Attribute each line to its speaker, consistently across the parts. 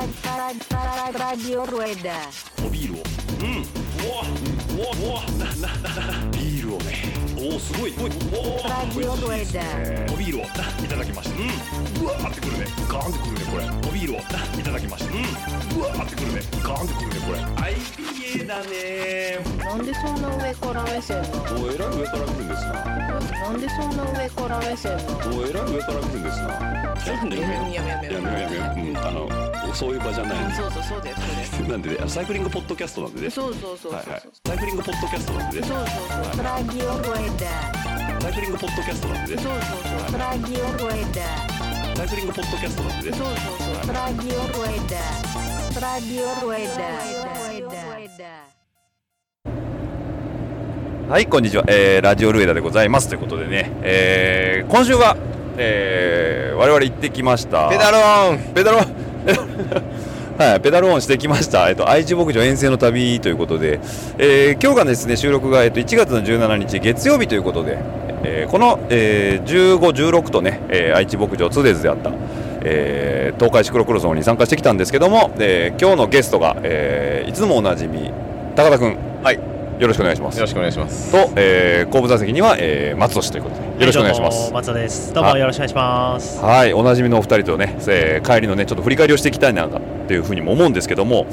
Speaker 1: ラジオルエダ
Speaker 2: おビールをうんうわうわうわななななビールをねおおすごいおいお
Speaker 1: ラジオルエダ
Speaker 2: おビールをないただきましたうんうわーってくるねガーンってくるねこれおビールをないただきましたうんうわーってくるねガーンってくるねこれ IPA だね
Speaker 3: なんでそんな上から目線な
Speaker 2: お
Speaker 3: の
Speaker 2: えらい上から来るんですな
Speaker 3: なんでそんな上から目線なの
Speaker 2: おえらい上から来るんですなちょっとやめ
Speaker 4: やめやめ
Speaker 2: やめやめやめうんあのそういう場じゃない
Speaker 4: そうそうそうだよそ
Speaker 2: なんでねあのサイクリングポッドキャストなんでね
Speaker 4: れそうそうそうそうそう
Speaker 2: はいはいサイクリングポッドキャストなんでね
Speaker 4: そうそうそう
Speaker 1: ラジオルエダ
Speaker 2: サイクリングポッドキャストなんでね
Speaker 4: そうそうそう
Speaker 1: ラジオルエダ
Speaker 2: サイクリングポッドキャストなんでね
Speaker 4: そうそうそう
Speaker 1: ラジオルエダラジオルエダ
Speaker 5: はい、こんにちは、えーラジオルエダでございますということでね、えー今週は、えー我々行ってきました
Speaker 6: ペダローン
Speaker 5: ペダロ はい、ペダルオンしてきました、えっと、愛知牧場遠征の旅ということで、えー今日がですね収録が、えっと、1月の17日月曜日ということで、えーこの、えー15、16とね、えー愛知牧場ツーデーズであった、えー東海シクロクロスの方に参加してきたんですけども、えー今日のゲストが、えーいつもおなじみ高田君、
Speaker 6: はい
Speaker 5: よろしくお願いします
Speaker 6: よろ。しくお願いします
Speaker 5: と、えー後部座席には、えー、松俊ということでよろしくお願いします。
Speaker 7: 松田です。どうも
Speaker 5: はい
Speaker 7: よろしくお願いします。
Speaker 5: はい、おなじみのお二人とね、えー帰りのね、ちょっと振り返りをしていきたいなっていうふうにも思うんですけども、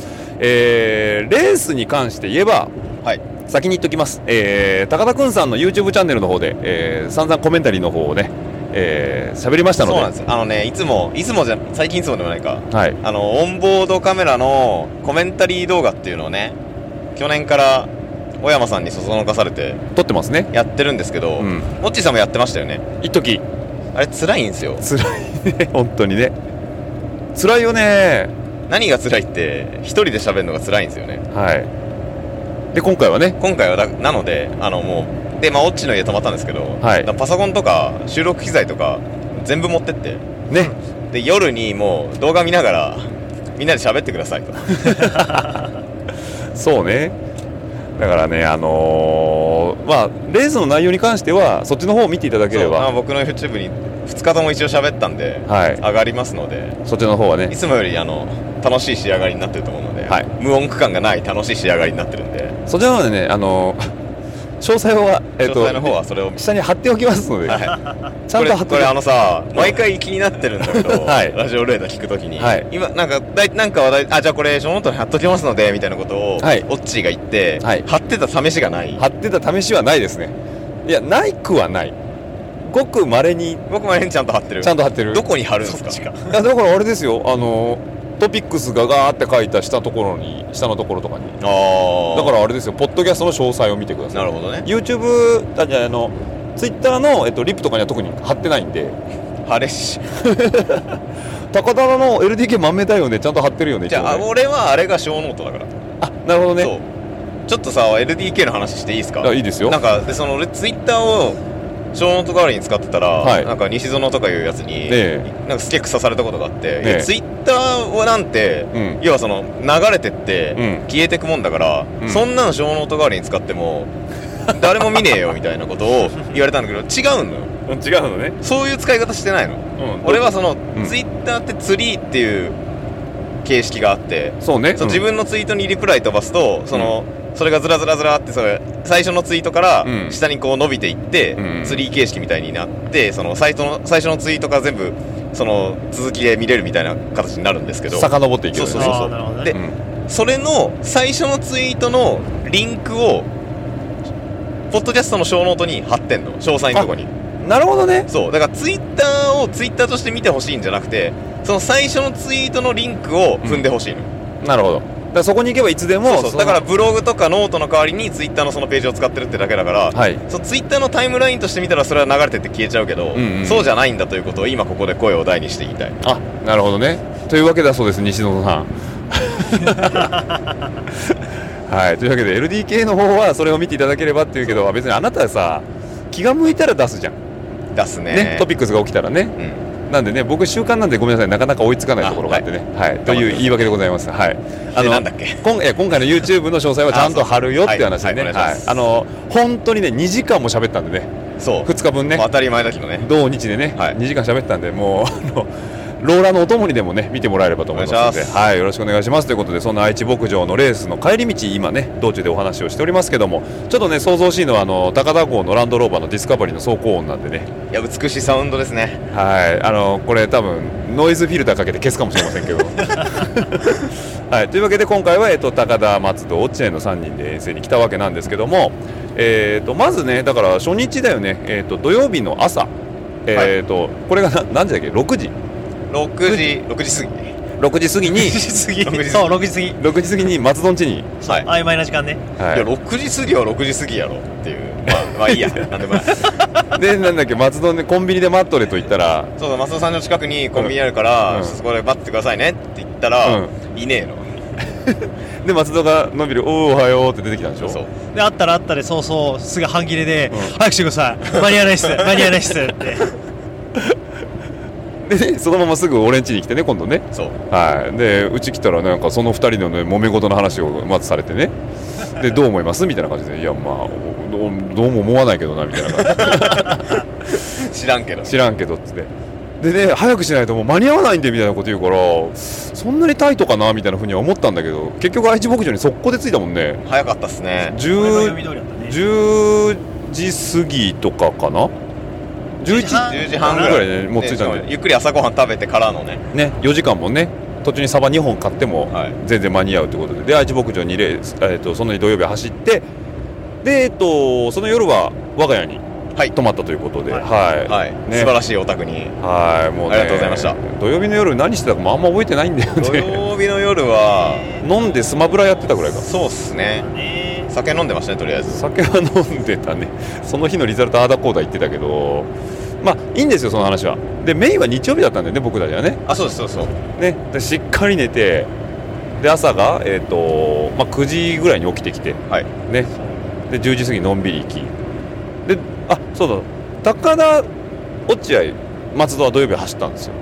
Speaker 5: えーレースに関して言えば、
Speaker 6: はい
Speaker 5: 先に言っときます、えー高田くんさんの YouTube チャンネルの方で、えー、散々コメンタリーの方をね、えー喋りました
Speaker 6: そう
Speaker 5: ので
Speaker 6: なんですあのねいつもいつもじゃ最近いつもでもないか
Speaker 5: はい、
Speaker 6: あのオンボードカメラのコメンタリー動画っていうのをね去年から小山さんにそそのかされて
Speaker 5: 撮ってますね。
Speaker 6: やってるんですけど、
Speaker 5: う
Speaker 6: モ
Speaker 5: ん、
Speaker 6: ッチーさんもやってましたよね
Speaker 5: 一時
Speaker 6: あれ辛いんですよ
Speaker 5: 辛いね、本当にね。辛いよね。
Speaker 6: 何が辛いって一人で喋るのが辛いんですよね
Speaker 5: はい。で、今回はね、
Speaker 6: 今回はだなのであのもうでまあオッチーの家泊まったんですけど、
Speaker 5: はい
Speaker 6: だパソコンとか収録機材とか全部持ってって
Speaker 5: ね、
Speaker 6: で夜にもう動画見ながらみんなで喋ってくださいと
Speaker 5: そうね。だからね、あのーまあ、レースの内容に関しては、そっちの方を見ていただけれ
Speaker 6: そうまあ
Speaker 5: ば、
Speaker 6: 僕の YouTube に2日とも一応喋ったんで、
Speaker 5: はい、
Speaker 6: 上がりますので
Speaker 5: そっちの方はいね、
Speaker 6: つもよりあの楽しい仕上がりになってると思うので、
Speaker 5: はい
Speaker 6: 無音区間がない楽しい仕上がりになってるんで、
Speaker 5: そっちの方でね、あのー詳細は、えっ
Speaker 6: 詳細の方はそれを、
Speaker 5: 下に貼っておきますので、
Speaker 6: は
Speaker 5: ちゃんと貼って
Speaker 6: これこ
Speaker 5: おき
Speaker 6: れあのさ毎回気になってるんだけ ど、
Speaker 5: はい
Speaker 6: ラジオレーダー聞くときに、
Speaker 5: はい
Speaker 6: 今なんかだいなんか話題あじゃあこれショーノートに貼っときますのでみたいなことを、
Speaker 5: はい
Speaker 6: オッチーが言って、
Speaker 5: はい
Speaker 6: 貼ってた試しがない
Speaker 5: 貼ってた試しはないですね。いや、ないくはない。ごく稀に
Speaker 6: 僕もあれにちゃんと貼ってる
Speaker 5: ちゃんと貼ってる。
Speaker 6: どこに貼るんですか
Speaker 5: いやだからあれですよ、あのートピックスがガーって書いた下ところに、下のところとかに。
Speaker 6: ああ
Speaker 5: だからあれですよ、ポッドキャストの詳細を見てください。
Speaker 6: なるほどね
Speaker 5: YouTube あじゃああの Twitter の、えっと、リップとかには特に貼ってないんで
Speaker 6: 貼れし
Speaker 5: 高田の LDK 豆だよねちゃんと貼ってるよね
Speaker 6: じゃあ
Speaker 5: 一応ね
Speaker 6: 俺はあれが小ノートだから
Speaker 5: あなるほどね
Speaker 6: そうちょっとさ LDK の話していいですか
Speaker 5: あいいですよ
Speaker 6: なんかでそのツイッターを小ノート代わりに使ってたら、
Speaker 5: はい
Speaker 6: なんか西園とかいうやつに、
Speaker 5: え
Speaker 6: なんかスケック刺されたことがあって、
Speaker 5: ええ
Speaker 6: ツイッターはなんて、
Speaker 5: うん
Speaker 6: 要はその流れてって、
Speaker 5: うん
Speaker 6: 消えてくもんだから、
Speaker 5: うん
Speaker 6: そんなの小ノート代わりに使っても誰も見ねえよみたいなことを言われたんだけど違うの
Speaker 5: 違
Speaker 6: よ
Speaker 5: うのね、
Speaker 6: そういう使い方してないの
Speaker 5: うん
Speaker 6: 俺はその、
Speaker 5: ん
Speaker 6: ツイッターってツリーっていう形式があって
Speaker 5: そうね
Speaker 6: そう
Speaker 5: うん
Speaker 6: 自分のツイートにリプライ飛ばすとその、それがずらずらずらってそれ最初のツイートから
Speaker 5: うん
Speaker 6: 下にこう伸びていって、
Speaker 5: うん
Speaker 6: ツリー形式みたいになってその最初の最初のツイートから全部その続きで見れるみたいな形になるんですけど
Speaker 5: 遡っていけるよね
Speaker 6: そうそうそう
Speaker 7: あーなるほどね
Speaker 6: でそれの最初のツイートのリンクをポッドキャストの小ノートに貼ってんの詳細のとこに
Speaker 5: うんなるほどね
Speaker 6: そうだからツイッターをツイッターとして見てほしいんじゃなくてその最初のツイートのリンクを踏んでほしいの、
Speaker 5: なるほどだからそこに行けばいつでも
Speaker 6: そうそう
Speaker 5: その
Speaker 6: だからブログとかノートの代わりにツイッターのそのページを使ってるってだけだから、
Speaker 5: はい
Speaker 6: そうツイッターのタイムラインとして見たらそれは流れてって消えちゃうけど、
Speaker 5: うんうん
Speaker 6: そうじゃないんだということを今ここで声を大にして言いたい
Speaker 5: あなるほどねというわけだそうです西野 さんはいというわけで LDK の方はそれを見ていただければっていうけど別にあなたはさ気が向いたら出すじゃん
Speaker 6: 出すね
Speaker 5: ねトピックスが起きたらね
Speaker 6: うん
Speaker 5: なんでね、僕、習慣なんでごめんなさい、なかなか追いつかないところがあってね、はいという言い訳でございます。はい、あ
Speaker 6: で
Speaker 5: の
Speaker 6: なんだっけ
Speaker 5: 今え今回の YouTube の詳細はちゃんと貼るよっていう話でね、
Speaker 6: はいはいお
Speaker 5: は
Speaker 6: 願
Speaker 5: い
Speaker 6: いします
Speaker 5: あの本当にね、2時間も喋ったんでね、
Speaker 6: そう、
Speaker 5: 2日分ね
Speaker 6: まあ、当たり前だけどね
Speaker 5: 同日でね、
Speaker 6: はい
Speaker 5: 2時間喋ったんで、もうあのローラーのお供にでもね見てもらえればと思いますの
Speaker 6: お願い
Speaker 5: で
Speaker 6: します
Speaker 5: はいよろしくお願いしますということでそんな愛知牧場のレースの帰り道今ね道中でお話をしておりますけどもちょっとね想像しいのはあの高田号のランドローバーのディスカバリーの走行音なんでね
Speaker 6: いや美しいサウンドですね
Speaker 5: はい、あのこれ多分ノイズフィルターかけて消すかもしれませんけ ど。はい、というわけで今回は、えっと、高田松戸落合の3人で遠征に来たわけなんですけども、えっとまずねだから初日だよね、えっと土曜日の朝、えっとこれがな何時だっけ6時
Speaker 6: 6時6時過ぎ
Speaker 5: 6時過ぎに
Speaker 6: 6時過 ぎ
Speaker 4: そう、6時過ぎ。
Speaker 5: 6時過ぎに松戸ん家に、
Speaker 6: はい
Speaker 4: 曖昧な時間ね。
Speaker 5: はい
Speaker 6: や6時過ぎは6時過ぎやろっていうまあまあいいやなんでもない
Speaker 5: い、でなんだっけ松戸でコンビニで待っとれと言ったら
Speaker 6: そうだ松尾さんの近くにコンビニあるから、
Speaker 5: うん
Speaker 6: そこで待ってくださいねって言ったら、
Speaker 5: う
Speaker 6: いねえの
Speaker 5: で松戸がのびる「おおおはよう」って出てきたんでしょ
Speaker 6: そう
Speaker 4: で、あったらあったで、そうそう、すぐ半切れで、
Speaker 5: うん
Speaker 4: 早くしてください。間に合わないっ す。間に合わないっす。って。
Speaker 5: で、ね、そのまますぐ俺ん家に来てね今度ね
Speaker 6: そう
Speaker 5: はい、でうち来たらなんかその2人のね揉め事の話をまずされてねでどう思いますみたいな感じでいやまあおどうどうも思わないけどなみたいな感じ
Speaker 6: 知らんけ ど
Speaker 5: 知らんけどっつってでね早くしないともう間に合わないんでみたいなこと言うからそんなにタイトかなみたいなふうには思ったんだけど結局愛知牧場に速攻で着いたもんね
Speaker 6: 早かったっすね
Speaker 4: これが読
Speaker 5: 10
Speaker 4: み通りだったね。
Speaker 5: 10時過ぎとかかな11
Speaker 6: 10時半ぐ
Speaker 5: ぐら
Speaker 6: ら
Speaker 5: い
Speaker 6: い
Speaker 5: でねもう着いたんで
Speaker 6: ゆっくり朝ごはん食べてからのね
Speaker 5: ね、4時間もね途中にサバ2本買っても
Speaker 6: はい
Speaker 5: 全然間に合うということで,、で愛知牧場にレース、えー、とその日土曜日走ってで、えっとその夜は我が家に
Speaker 6: はい
Speaker 5: 泊まったということで、は
Speaker 4: はいい
Speaker 6: はい、
Speaker 5: ね
Speaker 6: 素晴らしいお宅に
Speaker 5: はいもう、ね、
Speaker 6: ありがとうございました
Speaker 5: 土曜日の夜何してたかもあんま覚えてないんだよ
Speaker 6: 土
Speaker 5: ね
Speaker 6: 曜日の夜は
Speaker 5: 飲んでスマブラやってたぐらいか
Speaker 6: そうっすね
Speaker 4: ね
Speaker 6: 酒飲んでましたねとりあえず
Speaker 5: 酒は飲んでたねその日のリザルトああだこうだ言ってたけどまあいいんですよその話はでメインは日曜日だったんだよね僕たちはね
Speaker 6: あそうですそうそう
Speaker 5: ね、でしっかり寝てで朝が、えーとまあ、9時ぐらいに起きてきて、
Speaker 6: はい
Speaker 5: ね、で10時過ぎのんびり行きであそうだ高田落合松戸は土曜日走ったんですよ、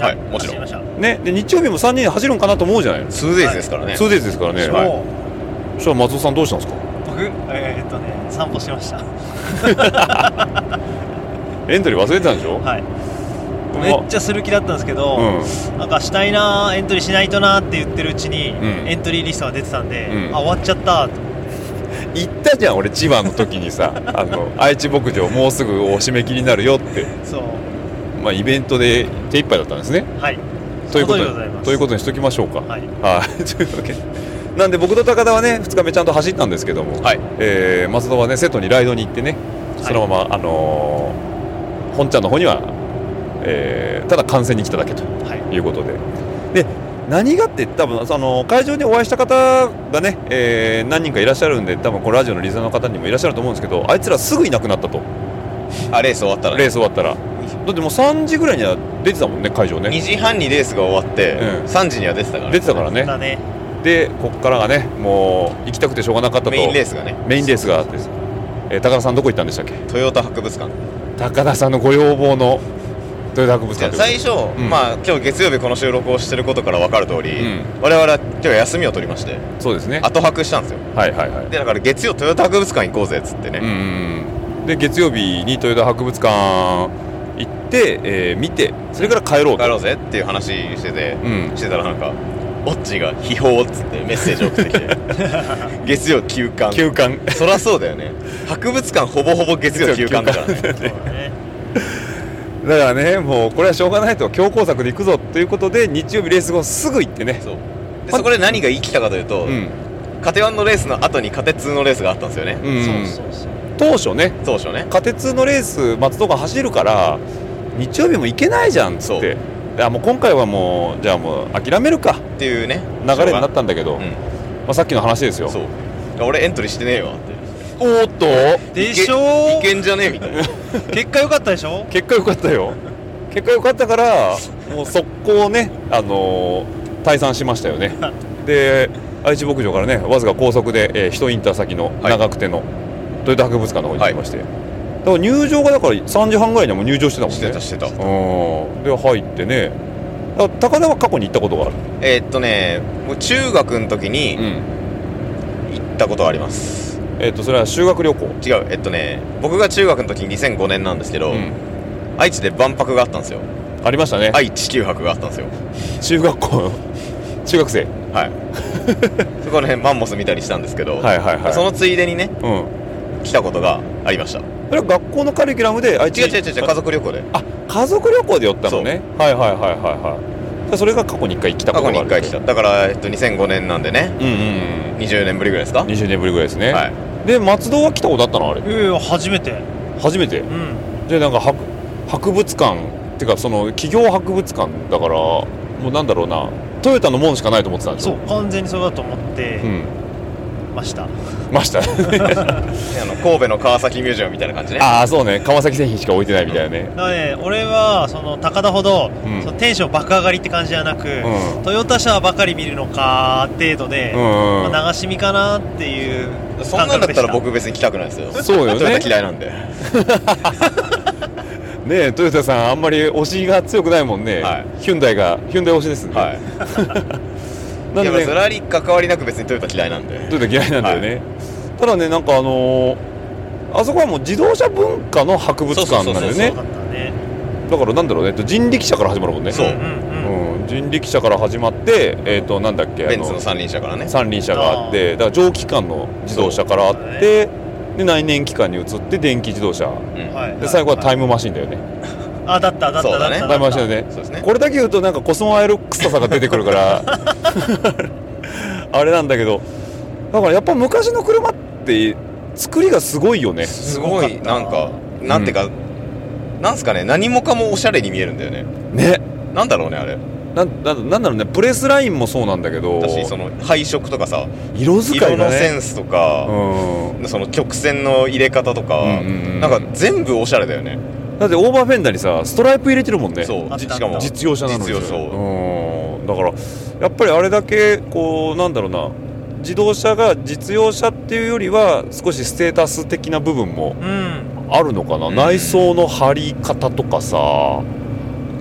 Speaker 6: はいもち
Speaker 4: 走り
Speaker 6: ろん
Speaker 4: ました。
Speaker 5: ね、で日曜日も3人で走るんかなと思うじゃないの 2days
Speaker 6: ツーデイズですからね
Speaker 5: ですからね、
Speaker 6: はい
Speaker 4: も
Speaker 5: そしたら松戸さんどうしたんですか
Speaker 4: う、僕、えーっとね、散歩してました。は
Speaker 5: エントリー忘れてたん でしょ、
Speaker 4: い。
Speaker 5: うわ
Speaker 4: めっちゃする気だったんですけど、なんかしたいなエントリーしないとなって言ってるうちに、
Speaker 5: うん
Speaker 4: エントリーリストが出てたんで、
Speaker 5: うん
Speaker 4: あ終わっちゃったと
Speaker 5: うん、行ったじゃん俺千葉の時にさ あの愛知牧場もうすぐお締め切りになるよって、
Speaker 4: そう
Speaker 5: まあ、イベントで手一杯だったんですね
Speaker 4: はい
Speaker 5: というこ
Speaker 4: そ
Speaker 5: と
Speaker 4: の通りでございます
Speaker 5: ということにしときましょうか
Speaker 4: はい
Speaker 5: はい、 というわけでなんで僕と高田はね2日目ちゃんと走ったんですけども、
Speaker 6: はい
Speaker 5: えー松戸はね瀬戸にライドに行ってね
Speaker 4: い
Speaker 5: そのまま、あのー本ちゃんの方には、えーただ観戦に来ただけと
Speaker 4: はい
Speaker 5: いうことでで何がって多分その会場でお会いした方がね、えー何人かいらっしゃるんで多分このラジオのリスナーの方にもいらっしゃると思うんですけどあいつらすぐいなくなったと
Speaker 6: あレース終わったら
Speaker 5: レ
Speaker 6: ね
Speaker 5: ース終わったらだってもう3時ぐらいには出てたもんね会場
Speaker 6: 2
Speaker 5: ね
Speaker 6: 時半にレースが終わって、
Speaker 5: うん
Speaker 6: 3時には出てたから
Speaker 5: 出てたからね
Speaker 4: だね
Speaker 5: でここからがねもう行きたくてしょうがなかったと
Speaker 6: メインレースがね
Speaker 5: メインレースがあってです、えー高田さんどこ行ったんでしたっけ
Speaker 6: トヨタ博物館
Speaker 5: 高田さんのご要望のトヨタ博物
Speaker 6: じゃ
Speaker 5: 館
Speaker 6: あ
Speaker 5: という
Speaker 6: 最初、
Speaker 5: うん
Speaker 6: まあ今日月曜日この収録をしてることから分かる通り、
Speaker 5: うん
Speaker 6: 我々は今日休みを取りまして
Speaker 5: そうですね
Speaker 6: 後泊したんですよ
Speaker 5: はいはいはい
Speaker 6: でだから月曜トヨタ博物館行こうぜっつってね、
Speaker 5: うんうんうんで月曜日にトヨタ博物館行って、えー見てそれから帰ろうと
Speaker 6: 帰ろうぜっていう話してて、
Speaker 5: うん
Speaker 6: してたらなんかオッチが「秘宝」っつってメッセージ送ってきて 月曜休館
Speaker 5: 休館
Speaker 6: そらそうだよね博物館ほぼほぼ月曜休館だからね
Speaker 4: そうだね
Speaker 5: だからねもうこれはしょうがないと強行策で行くぞということで日曜日レース後すぐ行ってね
Speaker 6: そうでそこで何が生きたかというと、
Speaker 5: うん、
Speaker 6: カテ1のレースの後にカテ2のレースがあったんですよね、
Speaker 5: うん、
Speaker 4: そうそうそう
Speaker 5: 当初ね
Speaker 6: 当初ね
Speaker 5: 仮鉄のレース松戸が走るから日曜日も行けないじゃんっつってあもう今回はもうじゃあもう諦めるか
Speaker 6: っていうね
Speaker 5: 流れになったんだけど、
Speaker 6: う
Speaker 5: ま
Speaker 6: ん
Speaker 5: あ、さっきの話ですよ
Speaker 6: そう俺エントリーしてねえわって
Speaker 5: おーっと
Speaker 4: でしょ
Speaker 6: いけんじゃねえみたいな
Speaker 4: 結果良かったでしょ
Speaker 5: 結果良かったよ結果良かったからもう速攻ね、あのー退散しましたよ ねで愛知牧場からねわずか高速で、えー、1インター先の
Speaker 6: はい
Speaker 5: 長久手の、トヨタ博物館の方に行きまして、だから入場がだから3時半ぐらいにはもう入場してたもんね
Speaker 6: してたしてた
Speaker 5: うんで入ってねだから高田は過去に行ったことがある
Speaker 6: えーっとねもう中学の時に行ったことはあります
Speaker 5: えっ、とそれは修学旅行
Speaker 6: 違うえっとね僕が中学の時2005年なんですけど、
Speaker 5: うん
Speaker 6: 愛知で万博があったんですよ
Speaker 5: ありましたね、
Speaker 6: 愛地球博があったんですよ
Speaker 5: 中学校の中学生
Speaker 6: はい そこら辺マンモス見たりしたんですけど、
Speaker 5: はいはいはい
Speaker 6: そのついでにね
Speaker 5: うん
Speaker 6: 来たことがありました
Speaker 5: それは学校のカリキュラムであ
Speaker 6: 違う違う違う家族旅行で
Speaker 5: あ家族旅行で寄ったのねはいはいはいはいはいじゃあそれが過去に1回来たこ
Speaker 6: 過
Speaker 5: とが
Speaker 6: 去
Speaker 5: あ
Speaker 6: に1
Speaker 5: る
Speaker 6: 回来ただから、えっと、2005年なんでね
Speaker 5: うんうんうん
Speaker 6: 20年ぶりぐらいですか
Speaker 5: 20年ぶりぐらいですね、
Speaker 6: はい
Speaker 5: で松戸は来たことあったのあれ
Speaker 4: いやいや初めて
Speaker 5: 初めて
Speaker 4: うん
Speaker 5: でなんか博博物館っていうかその企業博物館だからもうなんだろうなトヨタのもんしかないと思ってたんでし
Speaker 4: そ
Speaker 5: ょ
Speaker 4: う完全にそれだと思って
Speaker 5: うん
Speaker 4: ました、
Speaker 5: ました
Speaker 6: あの神戸の川崎ミュージアムみたいな感じ ね
Speaker 5: ああそうね川崎製品しか置いてないみたいなね
Speaker 4: だからね俺はその高田ほど、
Speaker 5: うん
Speaker 4: そのテンション爆上がりって感じじゃなく、
Speaker 5: ん
Speaker 4: トヨタ車ばかり見るのか程度で、
Speaker 5: うん、
Speaker 4: まあ、流し見かなっていう
Speaker 6: そん
Speaker 4: 感
Speaker 6: なんだっ
Speaker 4: 覚でした
Speaker 6: ら僕別に来たくないですよ
Speaker 5: そうよね
Speaker 6: トヨタ嫌いなんで
Speaker 5: ねえトヨタさんあんまり推しが強くないもんね、
Speaker 6: はい
Speaker 5: ヒュンダイがヒュンダイ推しですね、
Speaker 6: はい
Speaker 5: なん
Speaker 6: い
Speaker 5: で
Speaker 6: やまあそれ
Speaker 5: ね
Speaker 6: はり関わりなく別にトヨタ嫌いなんで
Speaker 5: トヨタ嫌いなんだよね、ただねなんかあのーあそこはもう自動車文化の博物館なんだよ
Speaker 6: そう
Speaker 5: ね
Speaker 4: そうだったね
Speaker 5: だからなんだろうねえっと人力車から始まるもんね
Speaker 6: そう
Speaker 4: うんうんうん
Speaker 5: うん、人力車から始まってえっ、となんだっけ
Speaker 6: ベンツの三輪車からね
Speaker 5: 三輪車があってだから蒸気機関の自動車からあって、で内燃機関に移って電気自動車
Speaker 6: うん
Speaker 4: はい
Speaker 5: で最後はタイ
Speaker 4: ム
Speaker 5: ムマシンだよね、
Speaker 4: あだっただった
Speaker 6: そうだ
Speaker 4: だっ
Speaker 6: ね
Speaker 4: た
Speaker 5: タイムマ
Speaker 4: だっ
Speaker 5: シ
Speaker 4: た
Speaker 5: ンだよね
Speaker 6: そうですね
Speaker 5: これだけ言うとなんかコスモアイロックスさが出てくるから あれなんだけどだからやっぱ昔の車って作りがすごいよね
Speaker 6: すごいなんかなんていうか、なんすかね何もかもおしゃれに見えるんだよね
Speaker 5: ね
Speaker 6: なんだろうねあれ
Speaker 5: なんなんなんだろうねプレスラインもそうなんだけど
Speaker 6: 私その配色とかさ
Speaker 5: 色使いがね
Speaker 6: 色のセンスとか、
Speaker 5: う
Speaker 6: その曲線の入れ方とか、
Speaker 5: うんうんうん
Speaker 6: なんか全部おしゃれだよね
Speaker 5: んだってオーバーフェンダーにさストライプ入れてるもんね
Speaker 6: そうじ
Speaker 4: あった
Speaker 6: しかも
Speaker 5: 実用車なのに
Speaker 6: 実用そう
Speaker 5: うんだからやっぱりあれだけこうなんだろうな自動車が実用車っていうよりは少しステータス的な部分も
Speaker 4: うん
Speaker 5: あるのかな、
Speaker 6: うん
Speaker 5: 内装の貼り方とかさ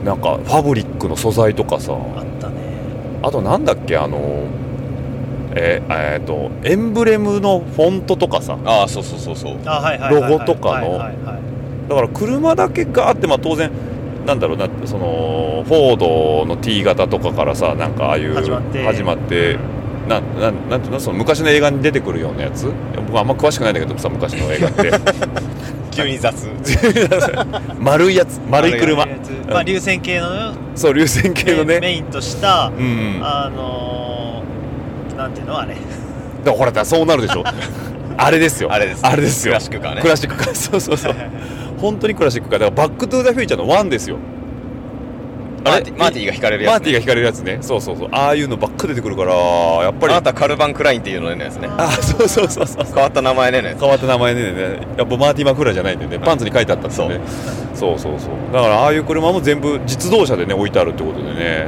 Speaker 5: なんかファブリックの素材とかさ
Speaker 4: あったね
Speaker 5: あとなんだっけあのええーとエンブレムのフォントとかさ
Speaker 6: ああそうそうそうそう
Speaker 4: あはいはいはいはい
Speaker 5: ロゴとかの
Speaker 4: はいはいはい
Speaker 5: だから車だけがあってまあ当然なんだろうなそのフォードの T 型とかからさなんかああいう
Speaker 4: 始まって
Speaker 5: 始まってなななんていうのその昔の映画に出てくるようなやついや僕あんま詳しくないんだけどさ昔の映画って
Speaker 6: 急 に雑
Speaker 5: 丸いやつ丸い車
Speaker 4: とりあえずまあ流線形の
Speaker 5: そう流線形の
Speaker 4: メ
Speaker 5: ね
Speaker 4: メインとした
Speaker 5: うんうん
Speaker 4: あのー、なんていうのあれ
Speaker 5: だからほらだからそうなるで しょあれですよ
Speaker 6: あれです
Speaker 5: あれですよ
Speaker 6: クラシックカーね
Speaker 5: クラシックカー そうそう そう本当にクラシックカーだからバック・トゥ・ザ・フューチャーの1ですよ
Speaker 6: マーティマーティが引かれるやつ、ね、
Speaker 5: マーティが引かれるやつねそうそうそうああいうのばっか出てくるからやっぱり
Speaker 6: あなたカルバン・クラインっていうのねのやつね
Speaker 5: あそうそうそうそう
Speaker 6: 変わった名前ねのやつ
Speaker 5: 変わった名前でねやっぱマーティ・マクラじゃないんでねパンツに書いてあったんですよねそうそうそうだからああいう車も全部実動車でね置いてあるってことでね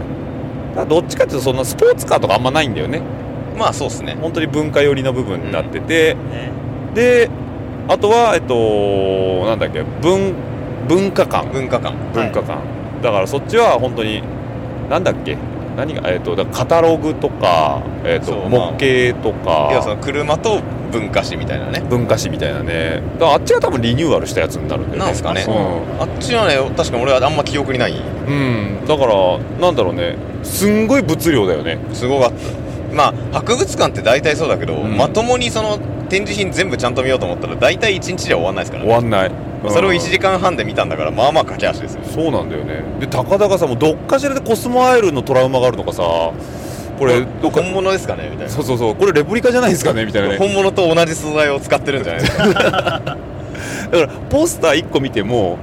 Speaker 5: だからどっちかっていうとそんなスポーツカーとかあんまないんだよね
Speaker 6: まあそうっすね
Speaker 5: 本当に文化寄りの部分になってて、
Speaker 4: ね
Speaker 5: であとはえっとなんだっけ文文化館
Speaker 6: 文化館
Speaker 5: 文化館、だからそっちは本当になんだっけ何がえっとだからカタログとか、えっと
Speaker 6: そうまあ
Speaker 5: 模型とか
Speaker 6: 要はその車と文化史みたいなね
Speaker 5: 文化史みたいなねだからあっちが多分リニューアルしたやつになるんだよね
Speaker 6: なんすかね
Speaker 5: う
Speaker 6: あっちはね確かに俺はあんま記憶にな
Speaker 5: ん、
Speaker 6: い
Speaker 5: うんだからなんだろうねすんごい物量だよね
Speaker 6: すごかったまあ博物館って大体そうだけど、
Speaker 5: うん
Speaker 6: まともにその展示品全部ちゃんと見ようと思ったら大体1日じゃ終わんないですから
Speaker 5: 終
Speaker 6: ね
Speaker 5: わんない、
Speaker 6: まあそれを1
Speaker 5: 間
Speaker 6: 時間半で見たんだからまあまあ駆け足ですよ
Speaker 5: そうなんだよねで高田がさもうどっかしらでコスモアイルのトラウマがあるのかさこれどっか
Speaker 6: 本物ですかねみたいな
Speaker 5: そうそうそうこれレプリカじゃないですかねみたいなね
Speaker 6: 本物と同じ素材を使ってるんじゃないですか
Speaker 5: だからポスター1個見ても